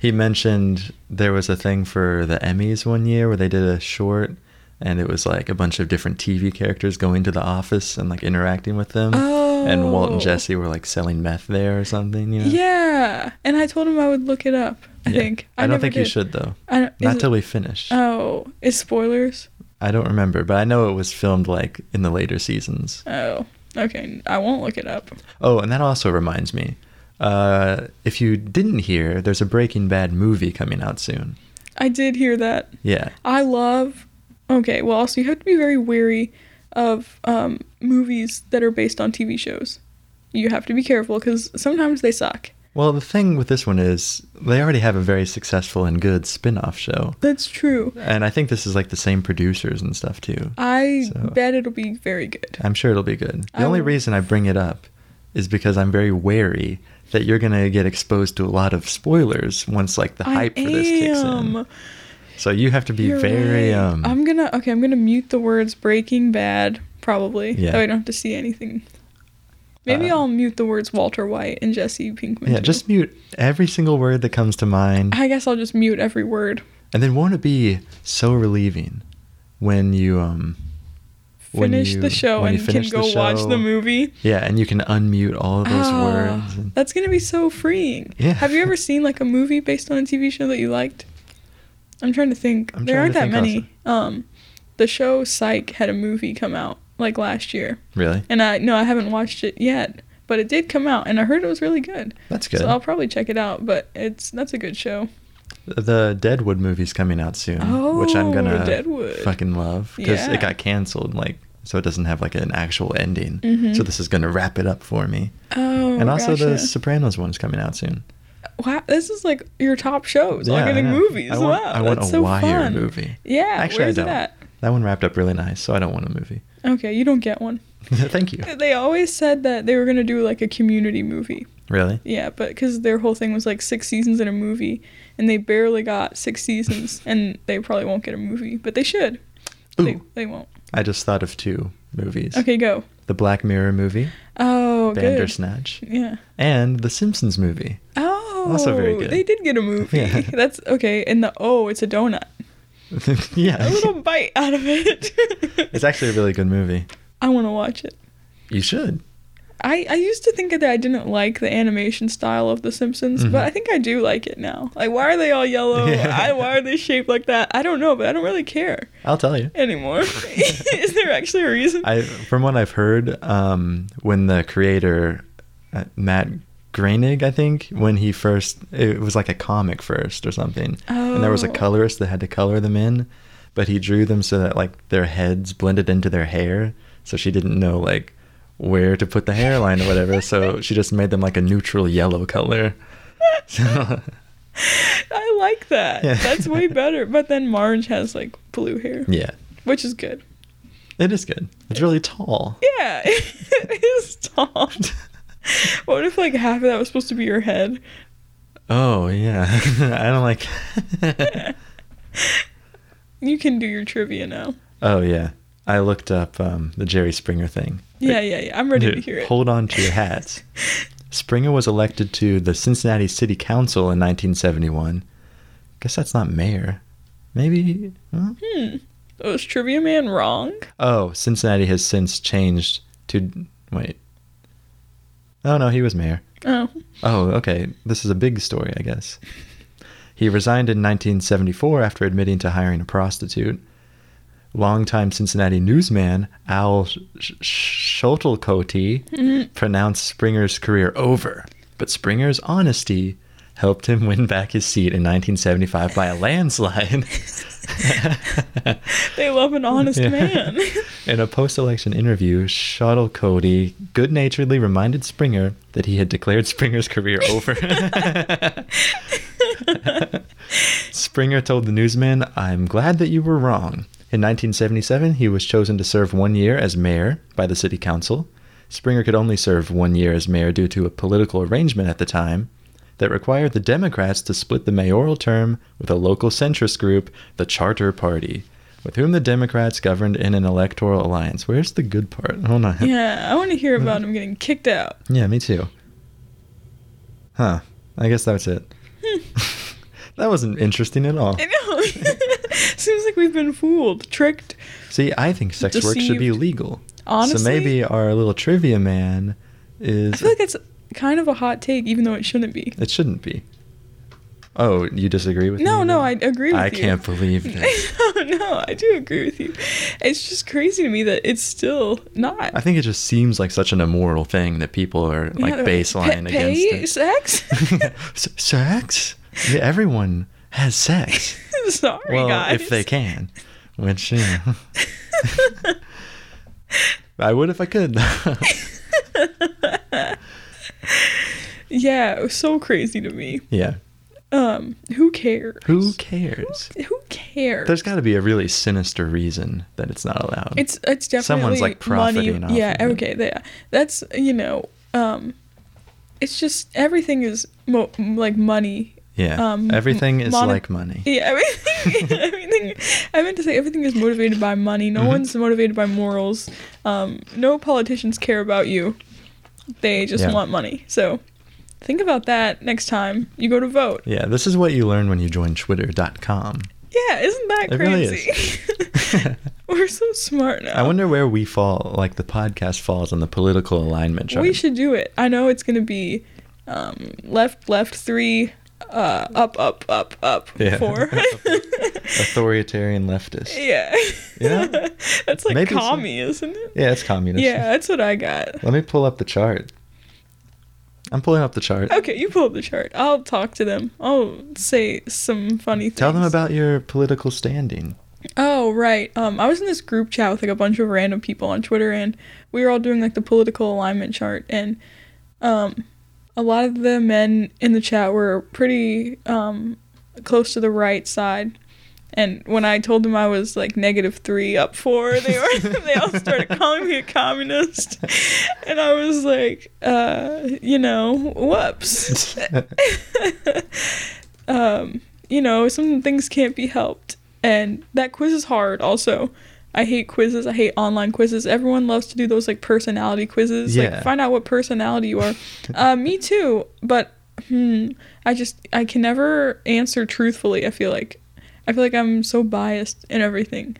Speaker 2: he mentioned there was a thing for the Emmys one year where they did a short, and it was like a bunch of different TV characters going to the office and like interacting with them. And Walt and
Speaker 3: Oh.
Speaker 2: Jesse were like selling meth there or something. You know?
Speaker 3: Yeah, and I told him I would look it up. I
Speaker 2: Yeah.
Speaker 3: think
Speaker 2: I, don't
Speaker 3: never
Speaker 2: think you
Speaker 3: did.
Speaker 2: should though.
Speaker 3: I don't,
Speaker 2: Not
Speaker 3: is-
Speaker 2: till we finish.
Speaker 3: Oh, is spoilers?
Speaker 2: I don't remember, but I know it was filmed like in the later seasons.
Speaker 3: Oh, okay. I won't look it up.
Speaker 2: Oh, and that also reminds me. Uh, if you didn't hear, there's a Breaking Bad movie coming out soon.
Speaker 3: I did hear that.
Speaker 2: Yeah.
Speaker 3: I love. Okay, well, also you have to be very wary of um, movies that are based on TV shows. You have to be careful because sometimes they suck.
Speaker 2: Well, the thing with this one is they already have a very successful and good spin off show.
Speaker 3: That's true.
Speaker 2: And I think this is like the same producers and stuff too.
Speaker 3: I
Speaker 2: So-
Speaker 3: bet it'll be very good.
Speaker 2: I'm sure it'll be good. The
Speaker 3: I
Speaker 2: only
Speaker 3: will-
Speaker 2: reason I bring it up is because I'm very wary that you're going to get exposed to a lot of spoilers once like the hype
Speaker 3: I
Speaker 2: for this kicks in.
Speaker 3: am.
Speaker 2: So you have to be
Speaker 3: You're
Speaker 2: very
Speaker 3: right.
Speaker 2: um
Speaker 3: I'm gonna. Okay, I'm gonna mute the words Breaking Bad. Probably.
Speaker 2: Yeah.
Speaker 3: Yeah. So I don't have to see anything. Maybe
Speaker 2: Uh,
Speaker 3: I'll mute the words Walter White and Jesse Pinkman.
Speaker 2: Yeah,
Speaker 3: too.
Speaker 2: just mute every single word that comes to mind.
Speaker 3: I guess I'll just mute every word.
Speaker 2: And then won't it be so relieving when you um when
Speaker 3: Finish
Speaker 2: you-
Speaker 3: the show
Speaker 2: when you
Speaker 3: and can
Speaker 2: finish the
Speaker 3: go watch the
Speaker 2: show.
Speaker 3: movie.
Speaker 2: Yeah, and you can unmute all of those
Speaker 3: Ah,
Speaker 2: words. And,
Speaker 3: That's gonna be so freeing.
Speaker 2: Yeah.
Speaker 3: Have you ever seen like a movie based on a TV show that you liked? I'm trying to think.
Speaker 2: I'm
Speaker 3: there
Speaker 2: trying
Speaker 3: aren't
Speaker 2: to
Speaker 3: that
Speaker 2: think
Speaker 3: many. Um, the show Psych had a movie come out like last year,
Speaker 2: really?
Speaker 3: and I no, I haven't watched it yet, but it did come out, and I heard it was really good.
Speaker 2: That's good.
Speaker 3: So I'll probably check it out. But it's that's a good show.
Speaker 2: the Deadwood movie's coming out soon, which I'm
Speaker 3: Oh,
Speaker 2: gonna
Speaker 3: Deadwood.
Speaker 2: fucking love because
Speaker 3: Yeah.
Speaker 2: it got canceled. Like, so it doesn't have like an actual ending.
Speaker 3: Mhm.
Speaker 2: So this is gonna wrap it up for me.
Speaker 3: Oh,
Speaker 2: and also the
Speaker 3: gotcha.
Speaker 2: Sopranos one's coming out soon.
Speaker 3: wow, this is like your top shows.
Speaker 2: Yeah,
Speaker 3: all
Speaker 2: I
Speaker 3: getting
Speaker 2: know.
Speaker 3: movies.
Speaker 2: I want,
Speaker 3: wow,
Speaker 2: I want
Speaker 3: that's
Speaker 2: a
Speaker 3: so
Speaker 2: wire
Speaker 3: fun.
Speaker 2: movie.
Speaker 3: Yeah,
Speaker 2: Actually, I
Speaker 3: where's it
Speaker 2: don't.
Speaker 3: at?
Speaker 2: That one wrapped up really nice, so I don't want a movie.
Speaker 3: Okay, you don't get one.
Speaker 2: Thank you.
Speaker 3: They always said that they were gonna do like a community movie.
Speaker 2: Really?
Speaker 3: Yeah, but because their whole thing was like six seasons in a movie, and they barely got six seasons, and they probably won't get a movie, but they should. They,
Speaker 2: Ooh.
Speaker 3: they won't.
Speaker 2: I just thought of two movies:
Speaker 3: Okay, go.
Speaker 2: the Black Mirror movie,
Speaker 3: Oh, good.
Speaker 2: Bandersnatch,
Speaker 3: Yeah.
Speaker 2: and the Simpsons movie.
Speaker 3: Oh,
Speaker 2: Also very good.
Speaker 3: They did get a movie.
Speaker 2: Yeah.
Speaker 3: That's okay. And the oh, it's a donut.
Speaker 2: yeah,
Speaker 3: A little bite out of it.
Speaker 2: it's actually a really good movie.
Speaker 3: I want to watch it.
Speaker 2: You should.
Speaker 3: I, I used to think that I didn't like the animation style of The Simpsons, but
Speaker 2: Mhm.
Speaker 3: I think I do like it now. Like, why are they all yellow?
Speaker 2: Yeah.
Speaker 3: I, why are they shaped like that? I don't know, but I don't really care
Speaker 2: I'll tell you.
Speaker 3: anymore. Is there actually a reason?
Speaker 2: I, from what I've heard, um, when the creator uh, Matt Groening, I think, when he first, it was like a comic first or something, and there was a
Speaker 3: Oh.
Speaker 2: colorist that had to color them in, but he drew them so that like their heads blended into their hair, so she didn't know like where to put the hairline or whatever, so she just made them like a neutral yellow color. So,
Speaker 3: I like that.
Speaker 2: Yeah.
Speaker 3: That's way better. But then Marge has like blue hair,
Speaker 2: yeah,
Speaker 3: which is good.
Speaker 2: it is good. It's really tall.
Speaker 3: Yeah, it is tall. what if like half of that was supposed to be your head?
Speaker 2: Oh yeah, I don't like.
Speaker 3: You can do your trivia now.
Speaker 2: Oh yeah, I looked up um, the Jerry Springer thing.
Speaker 3: Yeah, yeah, yeah. I'm ready to
Speaker 2: Dude,
Speaker 3: hear it.
Speaker 2: Hold on to your hats. Springer was elected to the Cincinnati City Council in 1971. Guess that's not mayor. Maybe. huh?
Speaker 3: Hmm. Was Trivia Man wrong?
Speaker 2: Oh, Cincinnati has since changed to. Wait. Oh no, he was mayor.
Speaker 3: Oh.
Speaker 2: Oh, okay. This is a big story, I guess. He resigned in 1974 after admitting to hiring a prostitute. Longtime Cincinnati newsman Al Sh- Sh- Schultecote
Speaker 3: Mm-hmm.
Speaker 2: pronounced Springer's career over, but Springer's honesty helped him win back his seat in 1975 by a landslide.
Speaker 3: They love an honest
Speaker 2: Yeah.
Speaker 3: man.
Speaker 2: In a post election interview, Shuttle Cody good naturedly reminded Springer that he had declared Springer's career over. Springer told the newsman, I'm glad that you were wrong. In 1977, he was chosen to serve one year as mayor by the city council. Springer could only serve one year as mayor due to a political arrangement at the time that required the Democrats to split the mayoral term with a local centrist group, the Charter Party, with whom the Democrats governed in an electoral alliance. Where's the good part? Hold on.
Speaker 3: yeah, I want to hear about him getting kicked out.
Speaker 2: Yeah, me too. Huh. I guess that's it. that wasn't interesting at all.
Speaker 3: I know. Seems like we've been fooled, tricked.
Speaker 2: See, I think sex work should be
Speaker 3: Deceived.
Speaker 2: legal.
Speaker 3: Honestly,
Speaker 2: So maybe our little trivia man
Speaker 3: I
Speaker 2: is.
Speaker 3: feel like that's kind of a hot take, even though it shouldn't be.
Speaker 2: it shouldn't be. Oh, you disagree with me?
Speaker 3: No, no, I
Speaker 2: then?
Speaker 3: agree with
Speaker 2: I
Speaker 3: you.
Speaker 2: can't believe this.
Speaker 3: no, no, I do agree with you. It's just crazy to me that it's still not.
Speaker 2: I think it just seems like such an immoral thing that people are like
Speaker 3: Yeah,
Speaker 2: baseline
Speaker 3: pa- pay
Speaker 2: against
Speaker 3: sex.
Speaker 2: it. S- sex? Yeah, everyone has sex.
Speaker 3: Sorry,
Speaker 2: well,
Speaker 3: guys.
Speaker 2: if they can, which you know, I would if I could.
Speaker 3: yeah, it was so crazy to me.
Speaker 2: yeah.
Speaker 3: Um, who cares?
Speaker 2: Who cares?
Speaker 3: Who cares?
Speaker 2: There's got to be a really sinister reason that it's not allowed.
Speaker 3: It's it's definitely
Speaker 2: Someone's, like, profiting
Speaker 3: money.
Speaker 2: off
Speaker 3: yeah,
Speaker 2: of it.
Speaker 3: okay, yeah. That's you know, um, it's just everything is mo- like money.
Speaker 2: yeah.
Speaker 3: um,
Speaker 2: Everything is
Speaker 3: mono-
Speaker 2: like money.
Speaker 3: Yeah, everything. everything. I meant to say everything is motivated by
Speaker 2: Mm-hmm.
Speaker 3: money. No one's motivated by morals. Um, no politicians care about you. They just
Speaker 2: Yeah.
Speaker 3: want money. So think about that next time you go to vote.
Speaker 2: Yeah, this is what you learn when you join Twitter.com.
Speaker 3: Yeah, isn't that
Speaker 2: It really
Speaker 3: crazy? We're so smart now.
Speaker 2: I wonder where we fall, like the podcast falls on the political alignment chart.
Speaker 3: We should do it. I know it's gonna be um, left, left three, uh, up, up, up, up
Speaker 2: Yeah.
Speaker 3: four.
Speaker 2: Authoritarian leftist.
Speaker 3: yeah.
Speaker 2: Yeah.
Speaker 3: That's like
Speaker 2: Maybe it's a-
Speaker 3: commie, isn't it?
Speaker 2: Yeah, it's communist.
Speaker 3: Yeah, that's what I got.
Speaker 2: Let me pull up the chart. I'm pulling up the chart.
Speaker 3: Okay, you pull up the chart. I'll talk to them. I'll say some funny things.
Speaker 2: Tell them about your political standing.
Speaker 3: Oh, right. Um, I was in this group chat with like a bunch of random people on Twitter, and we were all doing like the political alignment chart, and um, a lot of the men in the chat were pretty um close to the right side. And when I told them I was like negative three, up four, they were they all started calling me a communist, and I was like, uh, you know, whoops. um, you know, some things can't be helped. And that quiz is hard also. I hate quizzes. I hate online quizzes. Everyone loves to do those like personality quizzes.
Speaker 2: Yeah.
Speaker 3: Like find out what personality you are. uh, me too. But hmm, I just I can never answer truthfully. I feel like I feel like I'm so biased in everything,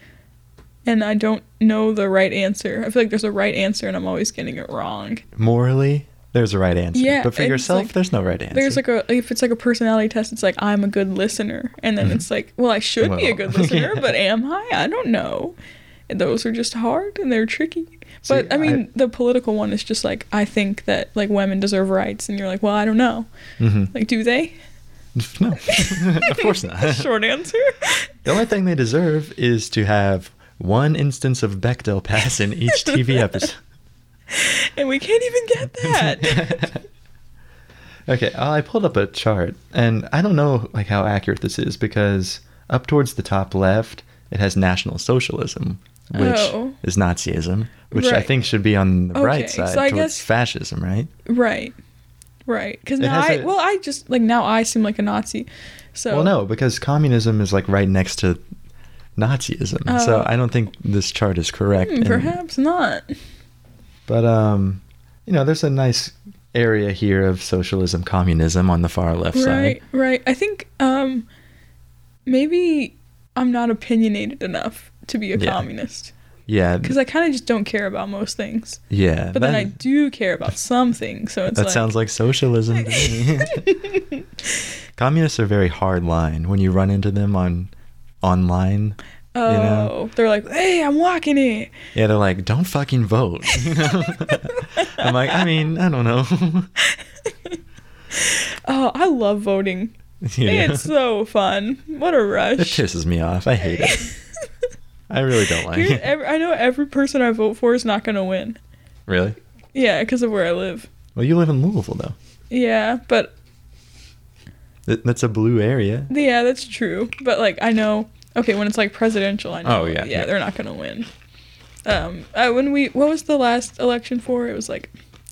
Speaker 3: and I don't know the right answer. I feel like there's a right answer, and I'm always getting it wrong.
Speaker 2: Morally, there's a right answer.
Speaker 3: Yeah,
Speaker 2: but for
Speaker 3: it's
Speaker 2: yourself,
Speaker 3: like-
Speaker 2: there's no right answer.
Speaker 3: There's like a if it's like a personality test, it's like I'm a good listener, and then it's like, well, I should be a good
Speaker 2: Mm-hmm. Well,
Speaker 3: listener,
Speaker 2: yeah.
Speaker 3: but am I? I don't know. And those are just hard and they're tricky.
Speaker 2: See,
Speaker 3: But I mean,
Speaker 2: I-
Speaker 3: the political one is just like I think that like women deserve rights, and you're like, well, I don't know.
Speaker 2: Mhm.
Speaker 3: Like, do they?
Speaker 2: No, of course not.
Speaker 3: Short answer.
Speaker 2: The only thing they deserve is to have one instance of Bechdel pass in each TV episode.
Speaker 3: and we can't even get that.
Speaker 2: okay, uh, I pulled up a chart, and I don't know like how accurate this is because up towards the top left, it has National Socialism, which
Speaker 3: Oh.
Speaker 2: is Nazism, which I
Speaker 3: Right.
Speaker 2: think should be on the right
Speaker 3: Okay, so
Speaker 2: side
Speaker 3: I
Speaker 2: towards
Speaker 3: guess-
Speaker 2: fascism, right?
Speaker 3: right. Right. Because
Speaker 2: It
Speaker 3: now
Speaker 2: has
Speaker 3: I
Speaker 2: a-
Speaker 3: well, I just like now I seem like a Nazi. So
Speaker 2: Well, no, because communism is like right next to Nazism, so
Speaker 3: Oh.
Speaker 2: I don't think this chart is correct.
Speaker 3: hmm,
Speaker 2: and-
Speaker 3: perhaps not.
Speaker 2: But um, you know, there's a nice area here of socialism, communism on the far left
Speaker 3: Right,
Speaker 2: side.
Speaker 3: right. I think um maybe I'm not opinionated enough to be a
Speaker 2: Yeah.
Speaker 3: communist
Speaker 2: Yeah,
Speaker 3: because I kind of just don't care about most things.
Speaker 2: yeah.
Speaker 3: But then I do care about some things, so it's
Speaker 2: that
Speaker 3: like
Speaker 2: sounds like socialism. to me. Communists are very hard line. When you run into them on online,
Speaker 3: oh,
Speaker 2: know?
Speaker 3: they're like, "Hey, I'm walking it."
Speaker 2: yeah, they're like, "Don't fucking vote." You know? I'm like, I mean, I don't know.
Speaker 3: Oh, I love voting.
Speaker 2: Yeah.
Speaker 3: It's so fun. What a
Speaker 2: it
Speaker 3: rush.
Speaker 2: pisses me off. I hate it. I really don't like
Speaker 3: Here's
Speaker 2: it.
Speaker 3: every, I know every person I vote for is not going to win.
Speaker 2: really?
Speaker 3: Yeah, because of where I live.
Speaker 2: Well, you live in Louisville, though.
Speaker 3: Yeah, but
Speaker 2: Th- That's a blue area.
Speaker 3: Yeah, that's true. But like, I know. Okay, when it's like presidential, I know.
Speaker 2: Oh, yeah,
Speaker 3: yeah,
Speaker 2: yeah.
Speaker 3: they're not gonna win. Um, uh, when we what was the last election for? It was like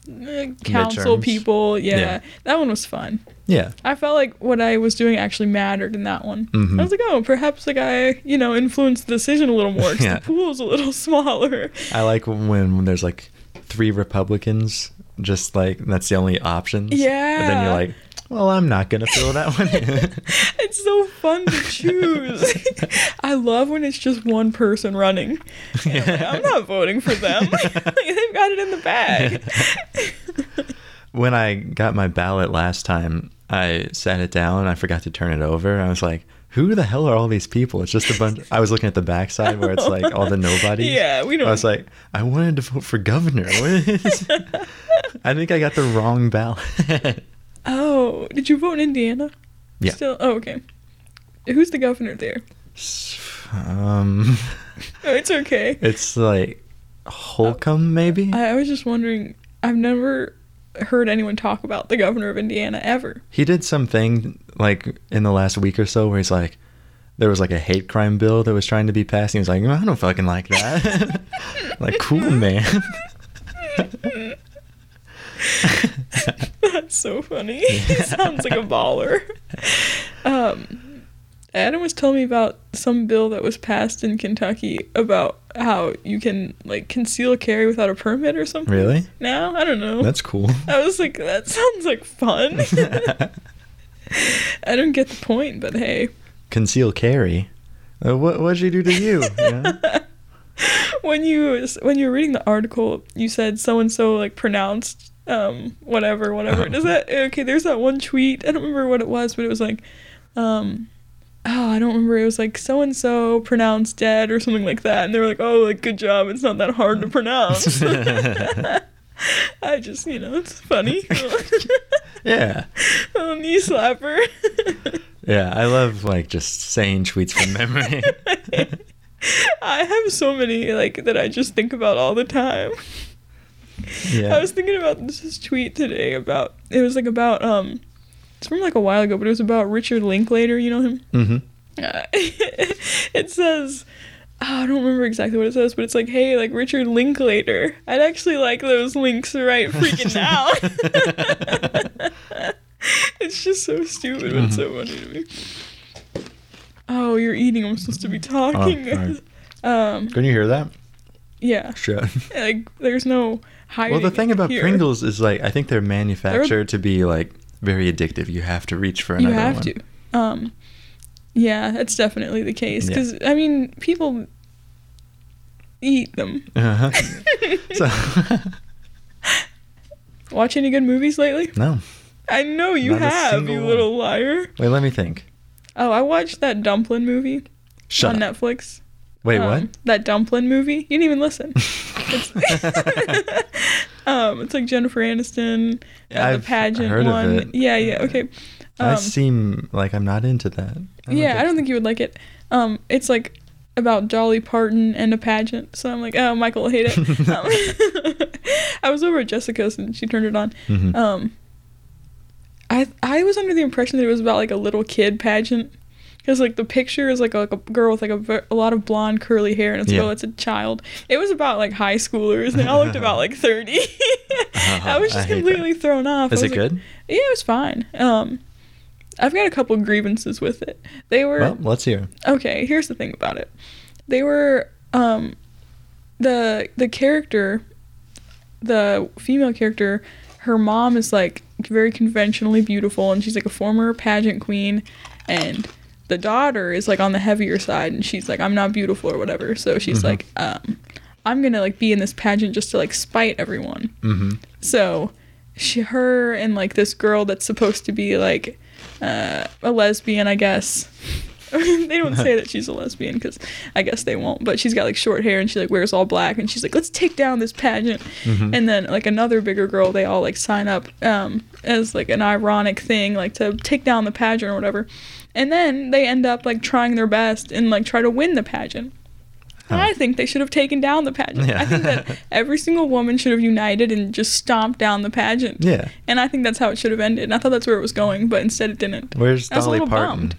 Speaker 3: uh, council
Speaker 2: Midterms.
Speaker 3: people. Yeah,
Speaker 2: Yeah.
Speaker 3: that one was fun.
Speaker 2: Yeah.
Speaker 3: I felt like what I was doing actually mattered in that one.
Speaker 2: Mhm.
Speaker 3: I was like, oh, perhaps like I you know influenced the decision a little more because
Speaker 2: Yeah.
Speaker 3: the pool's a little smaller.
Speaker 2: I like when, when there's like three Republicans, just like that's the only options. And then
Speaker 3: Yeah.
Speaker 2: you're like, well, I'm not gonna fill that one. in."
Speaker 3: It's so fun to choose. I love when it's just one person running. And I'm, like, I'm not voting for them. Like, they've got it in the bag.
Speaker 2: when I got my ballot last time, I sat it down. I forgot to turn it over. I was like, who the hell are all these people? It's just a bunch. I was looking at the backside where it's like all the nobodies.
Speaker 3: Yeah, we
Speaker 2: I was
Speaker 3: don't-
Speaker 2: like, I wanted to vote for governor. What is- I think I got the wrong ballot.
Speaker 3: Oh, did you vote in Indiana?
Speaker 2: Yeah.
Speaker 3: Still, oh, okay. Who's the governor there?
Speaker 2: um,
Speaker 3: Oh, it's okay.
Speaker 2: it's like Holcomb, maybe.
Speaker 3: I, I was just wondering. I've never heard anyone talk about the governor of Indiana ever.
Speaker 2: He did something like in the last week or so where he's like, there was like a hate crime bill that was trying to be passed. And he was like, "Well, I don't fucking like that. like, cool, man.
Speaker 3: That's so funny. he sounds like a baller. Um, Adam was telling me about some bill that was passed in Kentucky about how you can like conceal carry without a permit or something.
Speaker 2: Really?
Speaker 3: Now I don't know.
Speaker 2: That's cool.
Speaker 3: I was like, that sounds like fun. I don't get the point, but hey,
Speaker 2: Conceal carry. Uh, what what'd she do to you? you know?
Speaker 3: when you when you were reading the article, you said so and so like pronounced um whatever whatever. Does
Speaker 2: Uh-huh.
Speaker 3: that okay? There's that one tweet. I don't remember what it was, but it was like, um, oh, I don't remember. It was like so and so pronounced dead or something like that. And they were like, oh, like good job. It's not that hard
Speaker 2: Uh-huh.
Speaker 3: to pronounce. I just you know it's funny.
Speaker 2: Yeah.
Speaker 3: oh, knee slapper.
Speaker 2: Yeah, I love like just saying tweets from memory.
Speaker 3: I have so many like that I just think about all the time.
Speaker 2: yeah.
Speaker 3: I was thinking about this this tweet today about it was like about um it's from like a while ago, but it was about Richard Linklater. You know him.
Speaker 2: mm-hmm.
Speaker 3: Uh, it says. Oh, I don't remember exactly what it says, but it's like, hey, like Richard Linklater. I'd actually like those links right freaking now. it's just so stupid, but it's so
Speaker 2: Mm-hmm.
Speaker 3: funny to me. Oh, you're eating. I'm supposed to be talking.
Speaker 2: alright.
Speaker 3: Um,
Speaker 2: Can you hear that?
Speaker 3: yeah.
Speaker 2: Sure.
Speaker 3: Like, there's no hiding.
Speaker 2: Well, the thing
Speaker 3: it
Speaker 2: about
Speaker 3: here.
Speaker 2: Pringles is like I think they're manufactured to be like very addictive. You have to reach for
Speaker 3: you
Speaker 2: another
Speaker 3: have
Speaker 2: one.
Speaker 3: to um yeah that's definitely the case
Speaker 2: Yeah.
Speaker 3: because i mean people eat them
Speaker 2: Uh-huh. so
Speaker 3: watch any good movies lately
Speaker 2: no.
Speaker 3: i know you
Speaker 2: Not a
Speaker 3: have
Speaker 2: single
Speaker 3: you
Speaker 2: one.
Speaker 3: little liar
Speaker 2: Wait, let me think.
Speaker 3: oh i watched that dumpling movie
Speaker 2: Shut
Speaker 3: on
Speaker 2: up.
Speaker 3: netflix
Speaker 2: Wait,
Speaker 3: Oh, Um,
Speaker 2: what?
Speaker 3: that dumpling movie you didn't even listen It's- um it's like jennifer aniston uh,
Speaker 2: I've
Speaker 3: the pageant
Speaker 2: heard of
Speaker 3: one
Speaker 2: it.
Speaker 3: yeah yeah okay
Speaker 2: I
Speaker 3: um,
Speaker 2: seem like I'm not into that.
Speaker 3: yeah, I
Speaker 2: think-
Speaker 3: don't think you would like it. Um, it's like about Dolly Parton and a pageant, so I'm like, oh, Michael will hate it. um, I was over at Jessica's and she turned it on.
Speaker 2: Mhm.
Speaker 3: Um, I I was under the impression that it was about like a little kid pageant, because like the picture is like a, like a girl with like a, ver- a lot of blonde curly hair, and it's like,
Speaker 2: Yeah.
Speaker 3: oh, it's a child. It was about like high schoolers, and they all looked about like thirty. I was
Speaker 2: Uh-huh. I
Speaker 3: just
Speaker 2: hate that.
Speaker 3: completely thrown off.
Speaker 2: Is
Speaker 3: I
Speaker 2: it
Speaker 3: was like,
Speaker 2: good?
Speaker 3: yeah, it was fine. Um, I've got a couple grievances with it. They were
Speaker 2: Well, let's hear.
Speaker 3: okay. Here's the thing about it. They were um, the the character, the female character. Her mom is like very conventionally beautiful, and she's like a former pageant queen, and the daughter is like on the heavier side, and she's like, I'm not beautiful or whatever. So she's like, um, I'm gonna like be in this pageant just to like spite everyone.
Speaker 2: Mm-hmm.
Speaker 3: So, she, her, and like this girl that's supposed to be like uh, a lesbian, I guess. they don't say that she's a lesbian because I guess they won't. But she's got like short hair and she like wears all black and she's like, let's take down this pageant.
Speaker 2: Mm-hmm.
Speaker 3: And then like another bigger girl, they all like sign up um, as like an ironic thing, like to take down the pageant or whatever. And then they end up like trying their best and like try to win the pageant.
Speaker 2: Oh.
Speaker 3: And I think they should have taken down the pageant.
Speaker 2: Yeah.
Speaker 3: I think that every single woman should have united and just stomped down the pageant.
Speaker 2: Yeah.
Speaker 3: And I think that's how it should have ended. And I thought that's where it was going, but instead it didn't.
Speaker 2: Where's
Speaker 3: I was a
Speaker 2: Dolly
Speaker 3: little
Speaker 2: Parton
Speaker 3: bummed.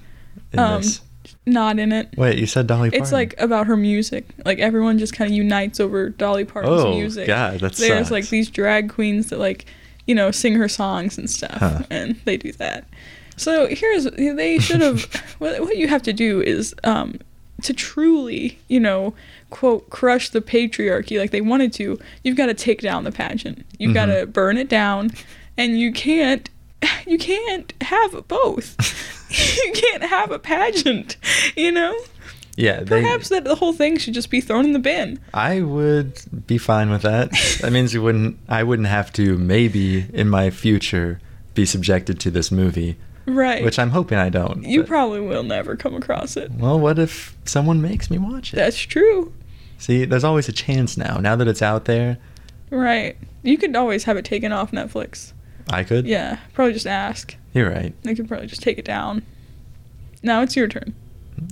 Speaker 2: in
Speaker 3: Um,
Speaker 2: this?
Speaker 3: Not in it.
Speaker 2: Wait, you said Dolly Parton.
Speaker 3: It's like about her music. Like everyone just kind of unites over Dolly Parton's
Speaker 2: oh
Speaker 3: music.
Speaker 2: god, that's
Speaker 3: There's
Speaker 2: sucks.
Speaker 3: like these drag queens that like, you know, sing her songs and stuff,
Speaker 2: Huh.
Speaker 3: and they do that. So here's they should have. what what you have to do is um, to truly, you know, quote crush the patriarchy like they wanted to. You've got to take down the pageant. You've got
Speaker 2: Mm-hmm.
Speaker 3: to burn it down, and you can't. You can't have both. you can't have a pageant, you know?
Speaker 2: yeah, they,
Speaker 3: Perhaps that the whole thing should just be thrown in the bin.
Speaker 2: I would be fine with that. that means you wouldn't. I wouldn't have to maybe in my future be subjected to this movie,
Speaker 3: Right.
Speaker 2: which I'm hoping I don't.
Speaker 3: You
Speaker 2: but-
Speaker 3: probably will never come across it.
Speaker 2: well, what if someone makes me watch it?
Speaker 3: That's true.
Speaker 2: See, there's always a chance now. Now that it's out there,
Speaker 3: Right. You could always have it taken off Netflix.
Speaker 2: I could.
Speaker 3: Yeah. Probably just ask.
Speaker 2: You're right.
Speaker 3: They could probably just take it down. Now it's your turn.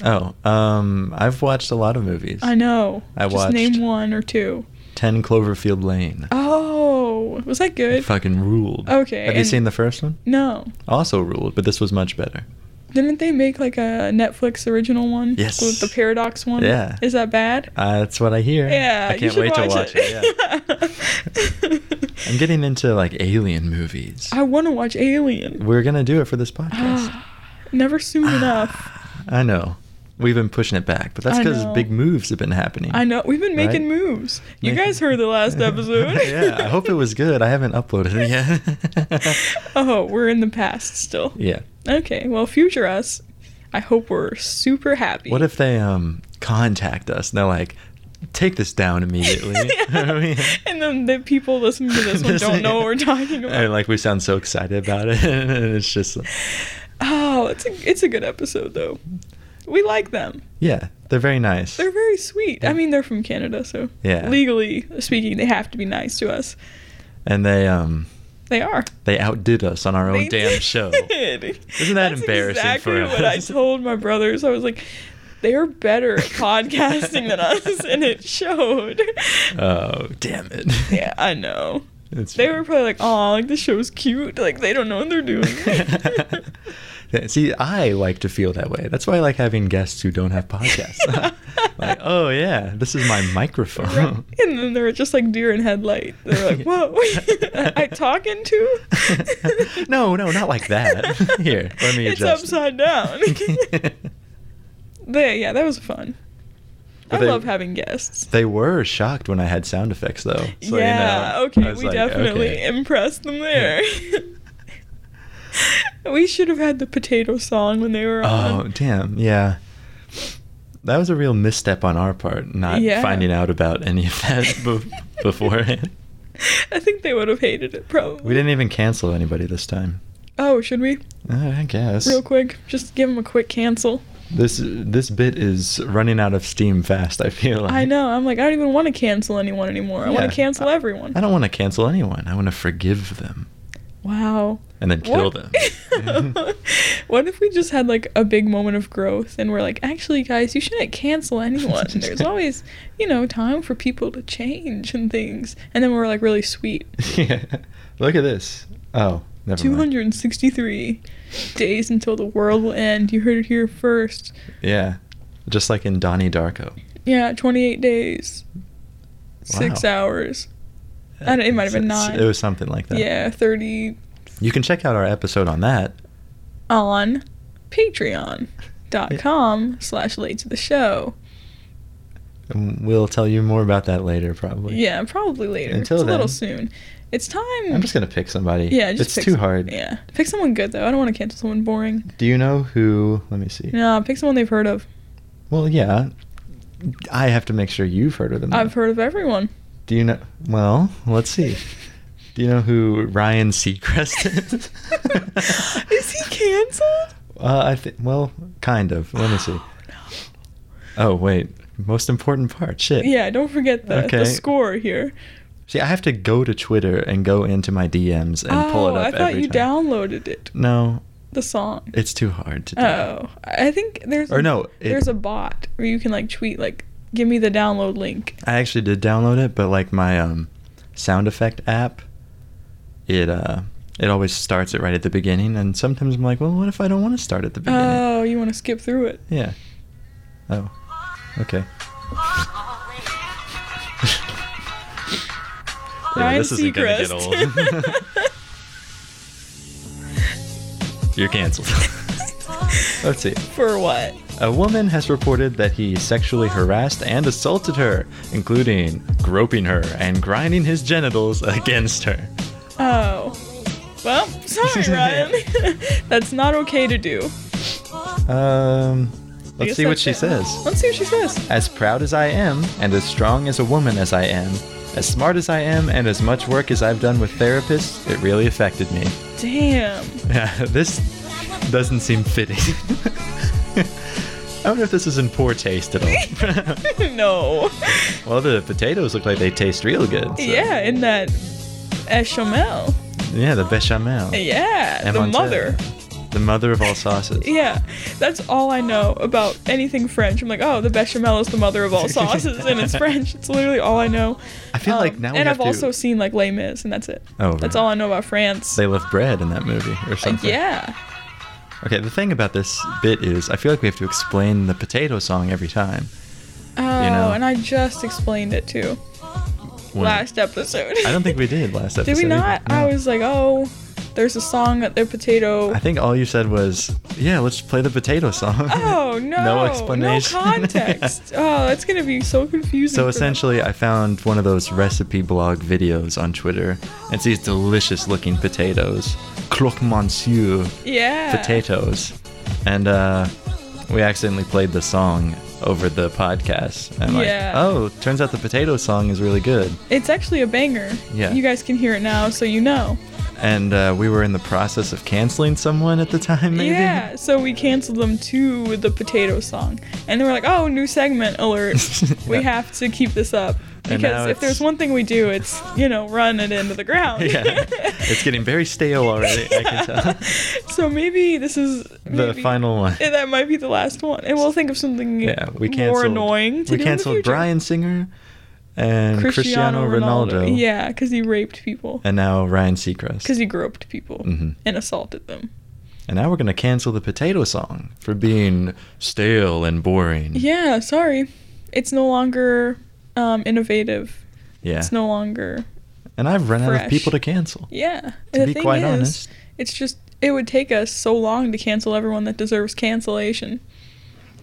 Speaker 2: Oh, um, I've watched a lot of movies.
Speaker 3: I know.
Speaker 2: I
Speaker 3: just
Speaker 2: watched-
Speaker 3: name one or two.
Speaker 2: Ten Cloverfield Lane.
Speaker 3: Oh, was that
Speaker 2: It
Speaker 3: good?
Speaker 2: fucking ruled.
Speaker 3: Okay,
Speaker 2: Have you
Speaker 3: and-
Speaker 2: seen the first one?
Speaker 3: No.
Speaker 2: Also ruled, but this was much better.
Speaker 3: Didn't they make like a Netflix original one?
Speaker 2: Yes.
Speaker 3: With the Paradox one?
Speaker 2: Yeah.
Speaker 3: Is that bad?
Speaker 2: Uh, that's what I hear.
Speaker 3: Yeah.
Speaker 2: I
Speaker 3: you
Speaker 2: can't
Speaker 3: should
Speaker 2: wait to watch it. yeah.
Speaker 3: yeah.
Speaker 2: I'm getting into like alien movies.
Speaker 3: I want to watch Alien.
Speaker 2: We're gonna do it for this podcast. Ah,
Speaker 3: Never soon enough.
Speaker 2: I know. We've been pushing it back, but that's
Speaker 3: I
Speaker 2: because
Speaker 3: know.
Speaker 2: big moves have been happening.
Speaker 3: I know we've been
Speaker 2: Right?
Speaker 3: making moves. You
Speaker 2: Making-
Speaker 3: guys heard the last episode.
Speaker 2: yeah, I hope it was good. I haven't uploaded it yet.
Speaker 3: oh, we're in the past still.
Speaker 2: yeah.
Speaker 3: Okay, well, future us, I hope we're super happy.
Speaker 2: What if they um contact us and they're like, take this down immediately?
Speaker 3: and then the people listening to this one don't know what we're talking about.
Speaker 2: And like we sound so excited about it, and it's just
Speaker 3: oh, it's a it's a good episode though. We like them.
Speaker 2: yeah, they're very nice.
Speaker 3: They're very sweet. I mean, they're from Canada, so
Speaker 2: Yeah.
Speaker 3: legally speaking, they have to be nice to us.
Speaker 2: and they um
Speaker 3: They are.
Speaker 2: they outdid us on our own
Speaker 3: They
Speaker 2: damn show.
Speaker 3: did.
Speaker 2: Isn't that
Speaker 3: That's
Speaker 2: embarrassing
Speaker 3: Exactly
Speaker 2: for
Speaker 3: what I
Speaker 2: us?
Speaker 3: told my brothers. I was like, they're better at podcasting than us, and it showed.
Speaker 2: Oh damn it!
Speaker 3: yeah, I know.
Speaker 2: It's
Speaker 3: They
Speaker 2: fine.
Speaker 3: were probably like, "Oh, like the show's cute. Like they don't know what they're doing."
Speaker 2: Yeah, See, I like to feel that way. That's why I like having guests who don't have podcasts. like, oh yeah, this is my microphone.
Speaker 3: and then they were just like deer in headlight. They were like, "Whoa, I talking to?"
Speaker 2: no, no, not like that. Here, let me
Speaker 3: It's
Speaker 2: adjust.
Speaker 3: upside down. They, yeah, that was fun.
Speaker 2: But
Speaker 3: I
Speaker 2: they-
Speaker 3: love having guests.
Speaker 2: they were shocked when I had sound effects, though. So, you
Speaker 3: yeah,
Speaker 2: know, I
Speaker 3: okay,
Speaker 2: was
Speaker 3: we
Speaker 2: like,
Speaker 3: definitely
Speaker 2: okay.
Speaker 3: impressed them there. we should have had the potato song when they were
Speaker 2: Oh
Speaker 3: on.
Speaker 2: damn! Yeah, that was a real misstep on our part, not
Speaker 3: Yeah.
Speaker 2: finding out about any of that be- beforehand.
Speaker 3: I think they would have hated it probably.
Speaker 2: We didn't even cancel anybody this time.
Speaker 3: Oh, should we?
Speaker 2: Uh, I guess
Speaker 3: Real quick, just give them a quick cancel.
Speaker 2: this this bit is running out of steam fast. I feel. Like.
Speaker 3: I know. I'm like, I don't even want to cancel anyone anymore. I
Speaker 2: Yeah.
Speaker 3: want to cancel everyone.
Speaker 2: I don't want to cancel anyone. I want to forgive them
Speaker 3: Wow.
Speaker 2: and then kill
Speaker 3: What-
Speaker 2: them.
Speaker 3: what if we just had like a big moment of growth and we're like, actually, guys, you shouldn't cancel anyone. There's always, you know, time for people to change and things. And then we're like really sweet.
Speaker 2: yeah. Look at this. Oh, never mind.
Speaker 3: 263 days until the world will end. You heard it here first.
Speaker 2: Yeah. Just like in Donnie Darko.
Speaker 3: Yeah, 28 days, six
Speaker 2: Wow.
Speaker 3: hours. I don't- it might have been
Speaker 2: It's-
Speaker 3: nine.
Speaker 2: It was something like that.
Speaker 3: Yeah, 30
Speaker 2: You can check out our episode on that.
Speaker 3: on patreon.com slash late to the show.
Speaker 2: And We'll tell you more about that later, probably.
Speaker 3: Yeah, probably later.
Speaker 2: Until
Speaker 3: it's a little
Speaker 2: then.
Speaker 3: soon. It's time.
Speaker 2: I'm just gonna pick somebody.
Speaker 3: yeah, just
Speaker 2: it's
Speaker 3: pick
Speaker 2: too
Speaker 3: some-
Speaker 2: hard.
Speaker 3: Yeah, pick someone good though. I don't want to cancel someone boring.
Speaker 2: Do you know who? Let me see.
Speaker 3: No, pick someone they've heard of.
Speaker 2: Well, yeah. I have to make sure you've heard of them.
Speaker 3: I've
Speaker 2: though.
Speaker 3: heard of everyone.
Speaker 2: Do you know? Well, let's see. Do you know who Ryan Seacrest is?
Speaker 3: Is he canceled?
Speaker 2: Uh, I think. Well, kind of. Let me see. Oh wait, most important part. Shit.
Speaker 3: Yeah, don't forget the,
Speaker 2: Okay.
Speaker 3: the score here.
Speaker 2: See, I have to go to Twitter and go into my DMs and pull
Speaker 3: oh,
Speaker 2: it up
Speaker 3: I thought
Speaker 2: every
Speaker 3: you
Speaker 2: time.
Speaker 3: downloaded it.
Speaker 2: No,
Speaker 3: The song.
Speaker 2: it's too hard to do.
Speaker 3: Oh, I think there's
Speaker 2: Or
Speaker 3: a,
Speaker 2: no, it-
Speaker 3: there's a bot where you can like tweet like, give me the download link.
Speaker 2: I actually did download it, but like my um, sound effect app, it uh, it always starts it right at the beginning, and sometimes I'm like, well, what if I don't want to start at the beginning?
Speaker 3: Oh, you want to skip through it?
Speaker 2: Yeah. Oh. Okay. Yeah,
Speaker 3: Ryan
Speaker 2: this isn't gonna get
Speaker 3: Seacrest.
Speaker 2: You're canceled. Let's see.
Speaker 3: For what?
Speaker 2: A woman has reported that he sexually harassed and assaulted her, including groping her and grinding his genitals against her.
Speaker 3: Oh. Well, sorry, Ryan. That's not okay to do.
Speaker 2: Um,
Speaker 3: I
Speaker 2: let's
Speaker 3: guess
Speaker 2: see what
Speaker 3: that's
Speaker 2: she
Speaker 3: it.
Speaker 2: says.
Speaker 3: Let's see what she says.
Speaker 2: As proud as I am, and as strong as a woman as I am, as smart as I am, and as much work as I've done with therapists, it really affected me.
Speaker 3: Damn.
Speaker 2: Yeah, this doesn't seem fitting. I wonder if this is in poor taste at all.
Speaker 3: no.
Speaker 2: Well, the potatoes look like they taste real good. so-
Speaker 3: Yeah, in that Echamel.
Speaker 2: Yeah, the bechamel.
Speaker 3: Yeah,
Speaker 2: And
Speaker 3: the
Speaker 2: Montana.
Speaker 3: mother.
Speaker 2: The mother of all sauces.
Speaker 3: Yeah, that's all I know about anything French. I'm like, oh, the bechamel is the mother of all sauces, and it's French. It's literally all I know.
Speaker 2: I feel like
Speaker 3: Um,
Speaker 2: now we
Speaker 3: and
Speaker 2: have
Speaker 3: I've
Speaker 2: to.
Speaker 3: also seen like Les Mis, and that's it.
Speaker 2: Oh,
Speaker 3: that's
Speaker 2: right.
Speaker 3: all I know about France.
Speaker 2: They left bread in that movie or
Speaker 3: Uh,
Speaker 2: something.
Speaker 3: yeah,
Speaker 2: Okay, the thing about this bit is I feel like we have to explain the potato song every time.
Speaker 3: oh,
Speaker 2: know.
Speaker 3: and I just explained it too
Speaker 2: When-
Speaker 3: last episode.
Speaker 2: I don't think we did last episode.
Speaker 3: Did we
Speaker 2: either.
Speaker 3: not?
Speaker 2: No.
Speaker 3: I was like, oh, There's a song at their potato.
Speaker 2: I think all you said was, "Yeah, let's play the potato song."
Speaker 3: Oh no!
Speaker 2: no explanation.
Speaker 3: No context. Oh, it's gonna be so confusing. for
Speaker 2: So
Speaker 3: them.
Speaker 2: essentially, I found one of those recipe blog videos on Twitter. It's these delicious looking potatoes, croque monsieur
Speaker 3: yeah.
Speaker 2: potatoes, and uh, we accidentally played the song over the podcast. And
Speaker 3: Yeah.
Speaker 2: like, oh, turns out the potato song is really good.
Speaker 3: It's actually a banger.
Speaker 2: Yeah.
Speaker 3: You guys can hear it now, so you know.
Speaker 2: And uh, we were in the process of canceling someone at the time, maybe.
Speaker 3: Yeah. So we canceled them to the potato song, and they were like, "Oh, new segment alert! We
Speaker 2: Yeah.
Speaker 3: have to keep this up."
Speaker 2: And now
Speaker 3: Because if
Speaker 2: it's-
Speaker 3: there's one thing we do, it's you know run it into the ground.
Speaker 2: yeah, it's getting very stale already. I can tell.
Speaker 3: so maybe this is
Speaker 2: The
Speaker 3: maybe-
Speaker 2: final one.
Speaker 3: And that might be the last one, and we'll think of something
Speaker 2: Yeah, we
Speaker 3: more
Speaker 2: canceled.
Speaker 3: annoying. To
Speaker 2: we
Speaker 3: do
Speaker 2: canceled
Speaker 3: in the future.
Speaker 2: Brian Singer and Cristiano, Ronaldo.
Speaker 3: Yeah, because he raped people.
Speaker 2: And now Ryan Seacrest.
Speaker 3: Because he groped people
Speaker 2: Mhm.
Speaker 3: and assaulted them.
Speaker 2: And now we're gonna cancel the potato song for being stale and boring.
Speaker 3: Yeah, sorry. It's no longer um, innovative.
Speaker 2: Yeah.
Speaker 3: It's no longer.
Speaker 2: and I've run out
Speaker 3: fresh.
Speaker 2: of people to cancel.
Speaker 3: Yeah.
Speaker 2: To
Speaker 3: And
Speaker 2: be quite honest.
Speaker 3: it's just, it would take us so long to cancel everyone that deserves cancellation.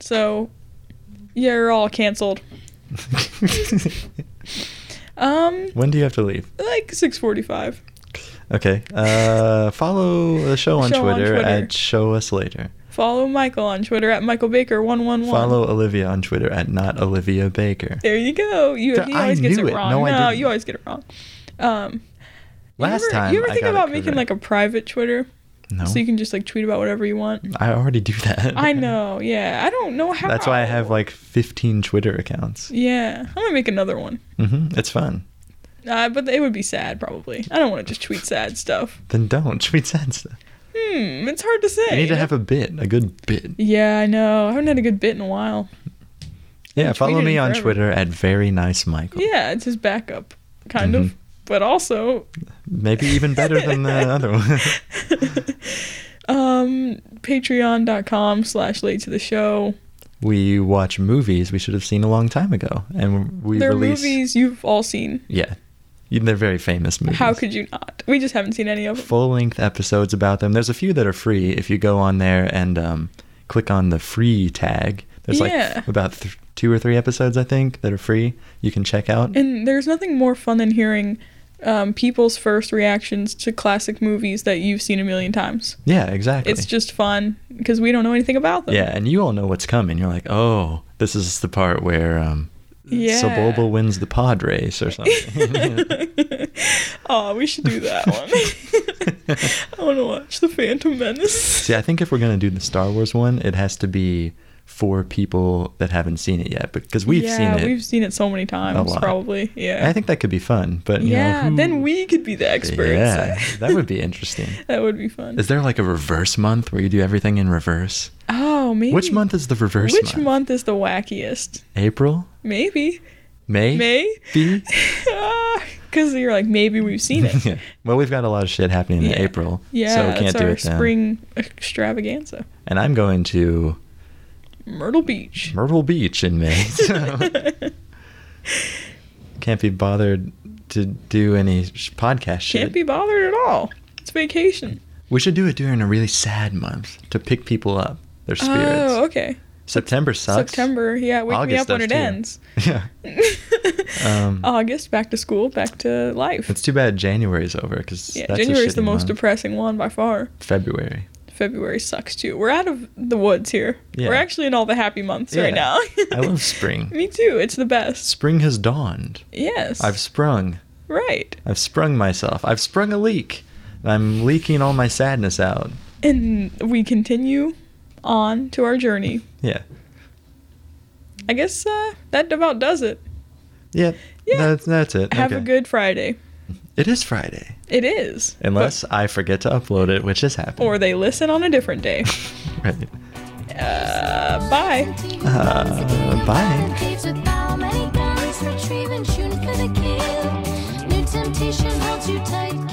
Speaker 3: So, you're all canceled. Um,
Speaker 2: when do you have to leave?
Speaker 3: like 645.
Speaker 2: Okay. Uh, follow the show, on,
Speaker 3: Show on
Speaker 2: Twitter
Speaker 3: Twitter.
Speaker 2: at show us later.
Speaker 3: Follow Michael on Twitter at Michael Baker111.
Speaker 2: Follow Olivia on Twitter at not Olivia Baker.
Speaker 3: There you go. You
Speaker 2: Duh,
Speaker 3: he
Speaker 2: I
Speaker 3: always gets
Speaker 2: knew
Speaker 3: it
Speaker 2: it.
Speaker 3: wrong.
Speaker 2: No, I didn't.
Speaker 3: you always get it wrong. Um, you
Speaker 2: Last
Speaker 3: ever-
Speaker 2: time
Speaker 3: you ever
Speaker 2: I
Speaker 3: think
Speaker 2: got it
Speaker 3: about making like
Speaker 2: correct.
Speaker 3: a private Twitter
Speaker 2: no.
Speaker 3: so you can just like tweet about whatever you want?
Speaker 2: I already do that.
Speaker 3: I know. Yeah, I don't know how.
Speaker 2: That's why I have like 15 Twitter accounts.
Speaker 3: Yeah, I'm gonna make another one.
Speaker 2: hmm It's fun.
Speaker 3: Uh, but it would be sad, probably. I don't want to just tweet sad stuff.
Speaker 2: Then don't tweet sad stuff.
Speaker 3: Hmm, it's hard to say.
Speaker 2: You need to have a bit, a good bit.
Speaker 3: Yeah, I know. I haven't had a good bit in a while.
Speaker 2: Yeah, follow
Speaker 3: tweeted
Speaker 2: me on
Speaker 3: forever.
Speaker 2: Twitter at very nice Michael.
Speaker 3: Yeah, it's his backup, kind of.
Speaker 2: Mhm.
Speaker 3: But also,
Speaker 2: Maybe even better than the other one.
Speaker 3: um, patreon.com slash late to the show.
Speaker 2: We watch movies we should have seen a long time ago, and we
Speaker 3: there
Speaker 2: release.
Speaker 3: are movies you've all seen.
Speaker 2: Yeah, You- they're very famous movies.
Speaker 3: How could you not? We just haven't seen any of them.
Speaker 2: full length episodes about them? There's a few that are free if you go on there and um, click on the free tag. There's
Speaker 3: Yeah.
Speaker 2: like about th- two or three episodes I think that are free. You can check out.
Speaker 3: And there's nothing more fun than hearing um, people's first reactions to classic movies that you've seen a million times.
Speaker 2: yeah, exactly.
Speaker 3: It's just fun because we don't know anything about them.
Speaker 2: yeah, and you all know what's coming. You're like, oh, this is the part where um,
Speaker 3: Yeah.
Speaker 2: Sebulba wins the pod race or something.
Speaker 3: oh, we should do that one. I want to watch The Phantom Menace.
Speaker 2: See, I think if we're gonna do the Star Wars one, it has to be for people that haven't seen it yet, because we've
Speaker 3: yeah,
Speaker 2: seen it.
Speaker 3: We've seen it so many times,
Speaker 2: lot.
Speaker 3: probably. Yeah.
Speaker 2: I think that could be fun, but you know,
Speaker 3: yeah,
Speaker 2: who-
Speaker 3: then we could be the experts.
Speaker 2: Yeah, that would be interesting.
Speaker 3: that would be fun.
Speaker 2: Is there like a reverse month where you do everything in reverse?
Speaker 3: Oh, maybe.
Speaker 2: Which month is the reverse
Speaker 3: Which
Speaker 2: month?
Speaker 3: month is the wackiest?
Speaker 2: April,
Speaker 3: Maybe.
Speaker 2: May,
Speaker 3: May?
Speaker 2: B.
Speaker 3: Because you're like, maybe we've seen it.
Speaker 2: yeah. Well, we've got a lot of shit happening
Speaker 3: Yeah.
Speaker 2: in April,
Speaker 3: Yeah,
Speaker 2: so we can't
Speaker 3: that's
Speaker 2: do
Speaker 3: our
Speaker 2: it then.
Speaker 3: spring extravaganza.
Speaker 2: And I'm going to
Speaker 3: Myrtle Beach.
Speaker 2: Myrtle Beach in May. So. can't be bothered to do any sh- podcast shit.
Speaker 3: Can't be bothered at all. It's vacation.
Speaker 2: We should do it during a really sad month to pick people up, their spirits.
Speaker 3: Oh, okay.
Speaker 2: September sucks.
Speaker 3: September. Yeah, wake me
Speaker 2: August
Speaker 3: up when
Speaker 2: does
Speaker 3: it
Speaker 2: too.
Speaker 3: ends.
Speaker 2: Yeah. Um,
Speaker 3: August, back to school, back to life.
Speaker 2: It's too bad January's over because
Speaker 3: Yeah,
Speaker 2: that's a
Speaker 3: January's the
Speaker 2: shitty
Speaker 3: most
Speaker 2: month.
Speaker 3: depressing one by far.
Speaker 2: February.
Speaker 3: February sucks too. We're out of the woods here.
Speaker 2: Yeah.
Speaker 3: We're actually in all the happy months right
Speaker 2: Yeah.
Speaker 3: now.
Speaker 2: I love spring.
Speaker 3: Me too. It's the best.
Speaker 2: Spring has dawned.
Speaker 3: Yes.
Speaker 2: I've sprung.
Speaker 3: right.
Speaker 2: I've sprung myself. I've sprung a leak. And I'm leaking all my sadness out.
Speaker 3: And we continue on to our journey.
Speaker 2: Yeah.
Speaker 3: I guess uh, that about does it.
Speaker 2: Yeah.
Speaker 3: Yeah.
Speaker 2: That's, that's it.
Speaker 3: Have a
Speaker 2: Okay.
Speaker 3: good Friday.
Speaker 2: It is Friday.
Speaker 3: It is.
Speaker 2: Unless I forget to upload it, which has
Speaker 3: But-
Speaker 2: happened.
Speaker 3: or they listen on a different day.
Speaker 2: right.
Speaker 3: Uh, bye.
Speaker 2: Uh, bye.
Speaker 4: Caves with Balmain guns, retrieving, shooting for the kill. New temptation holds you tight.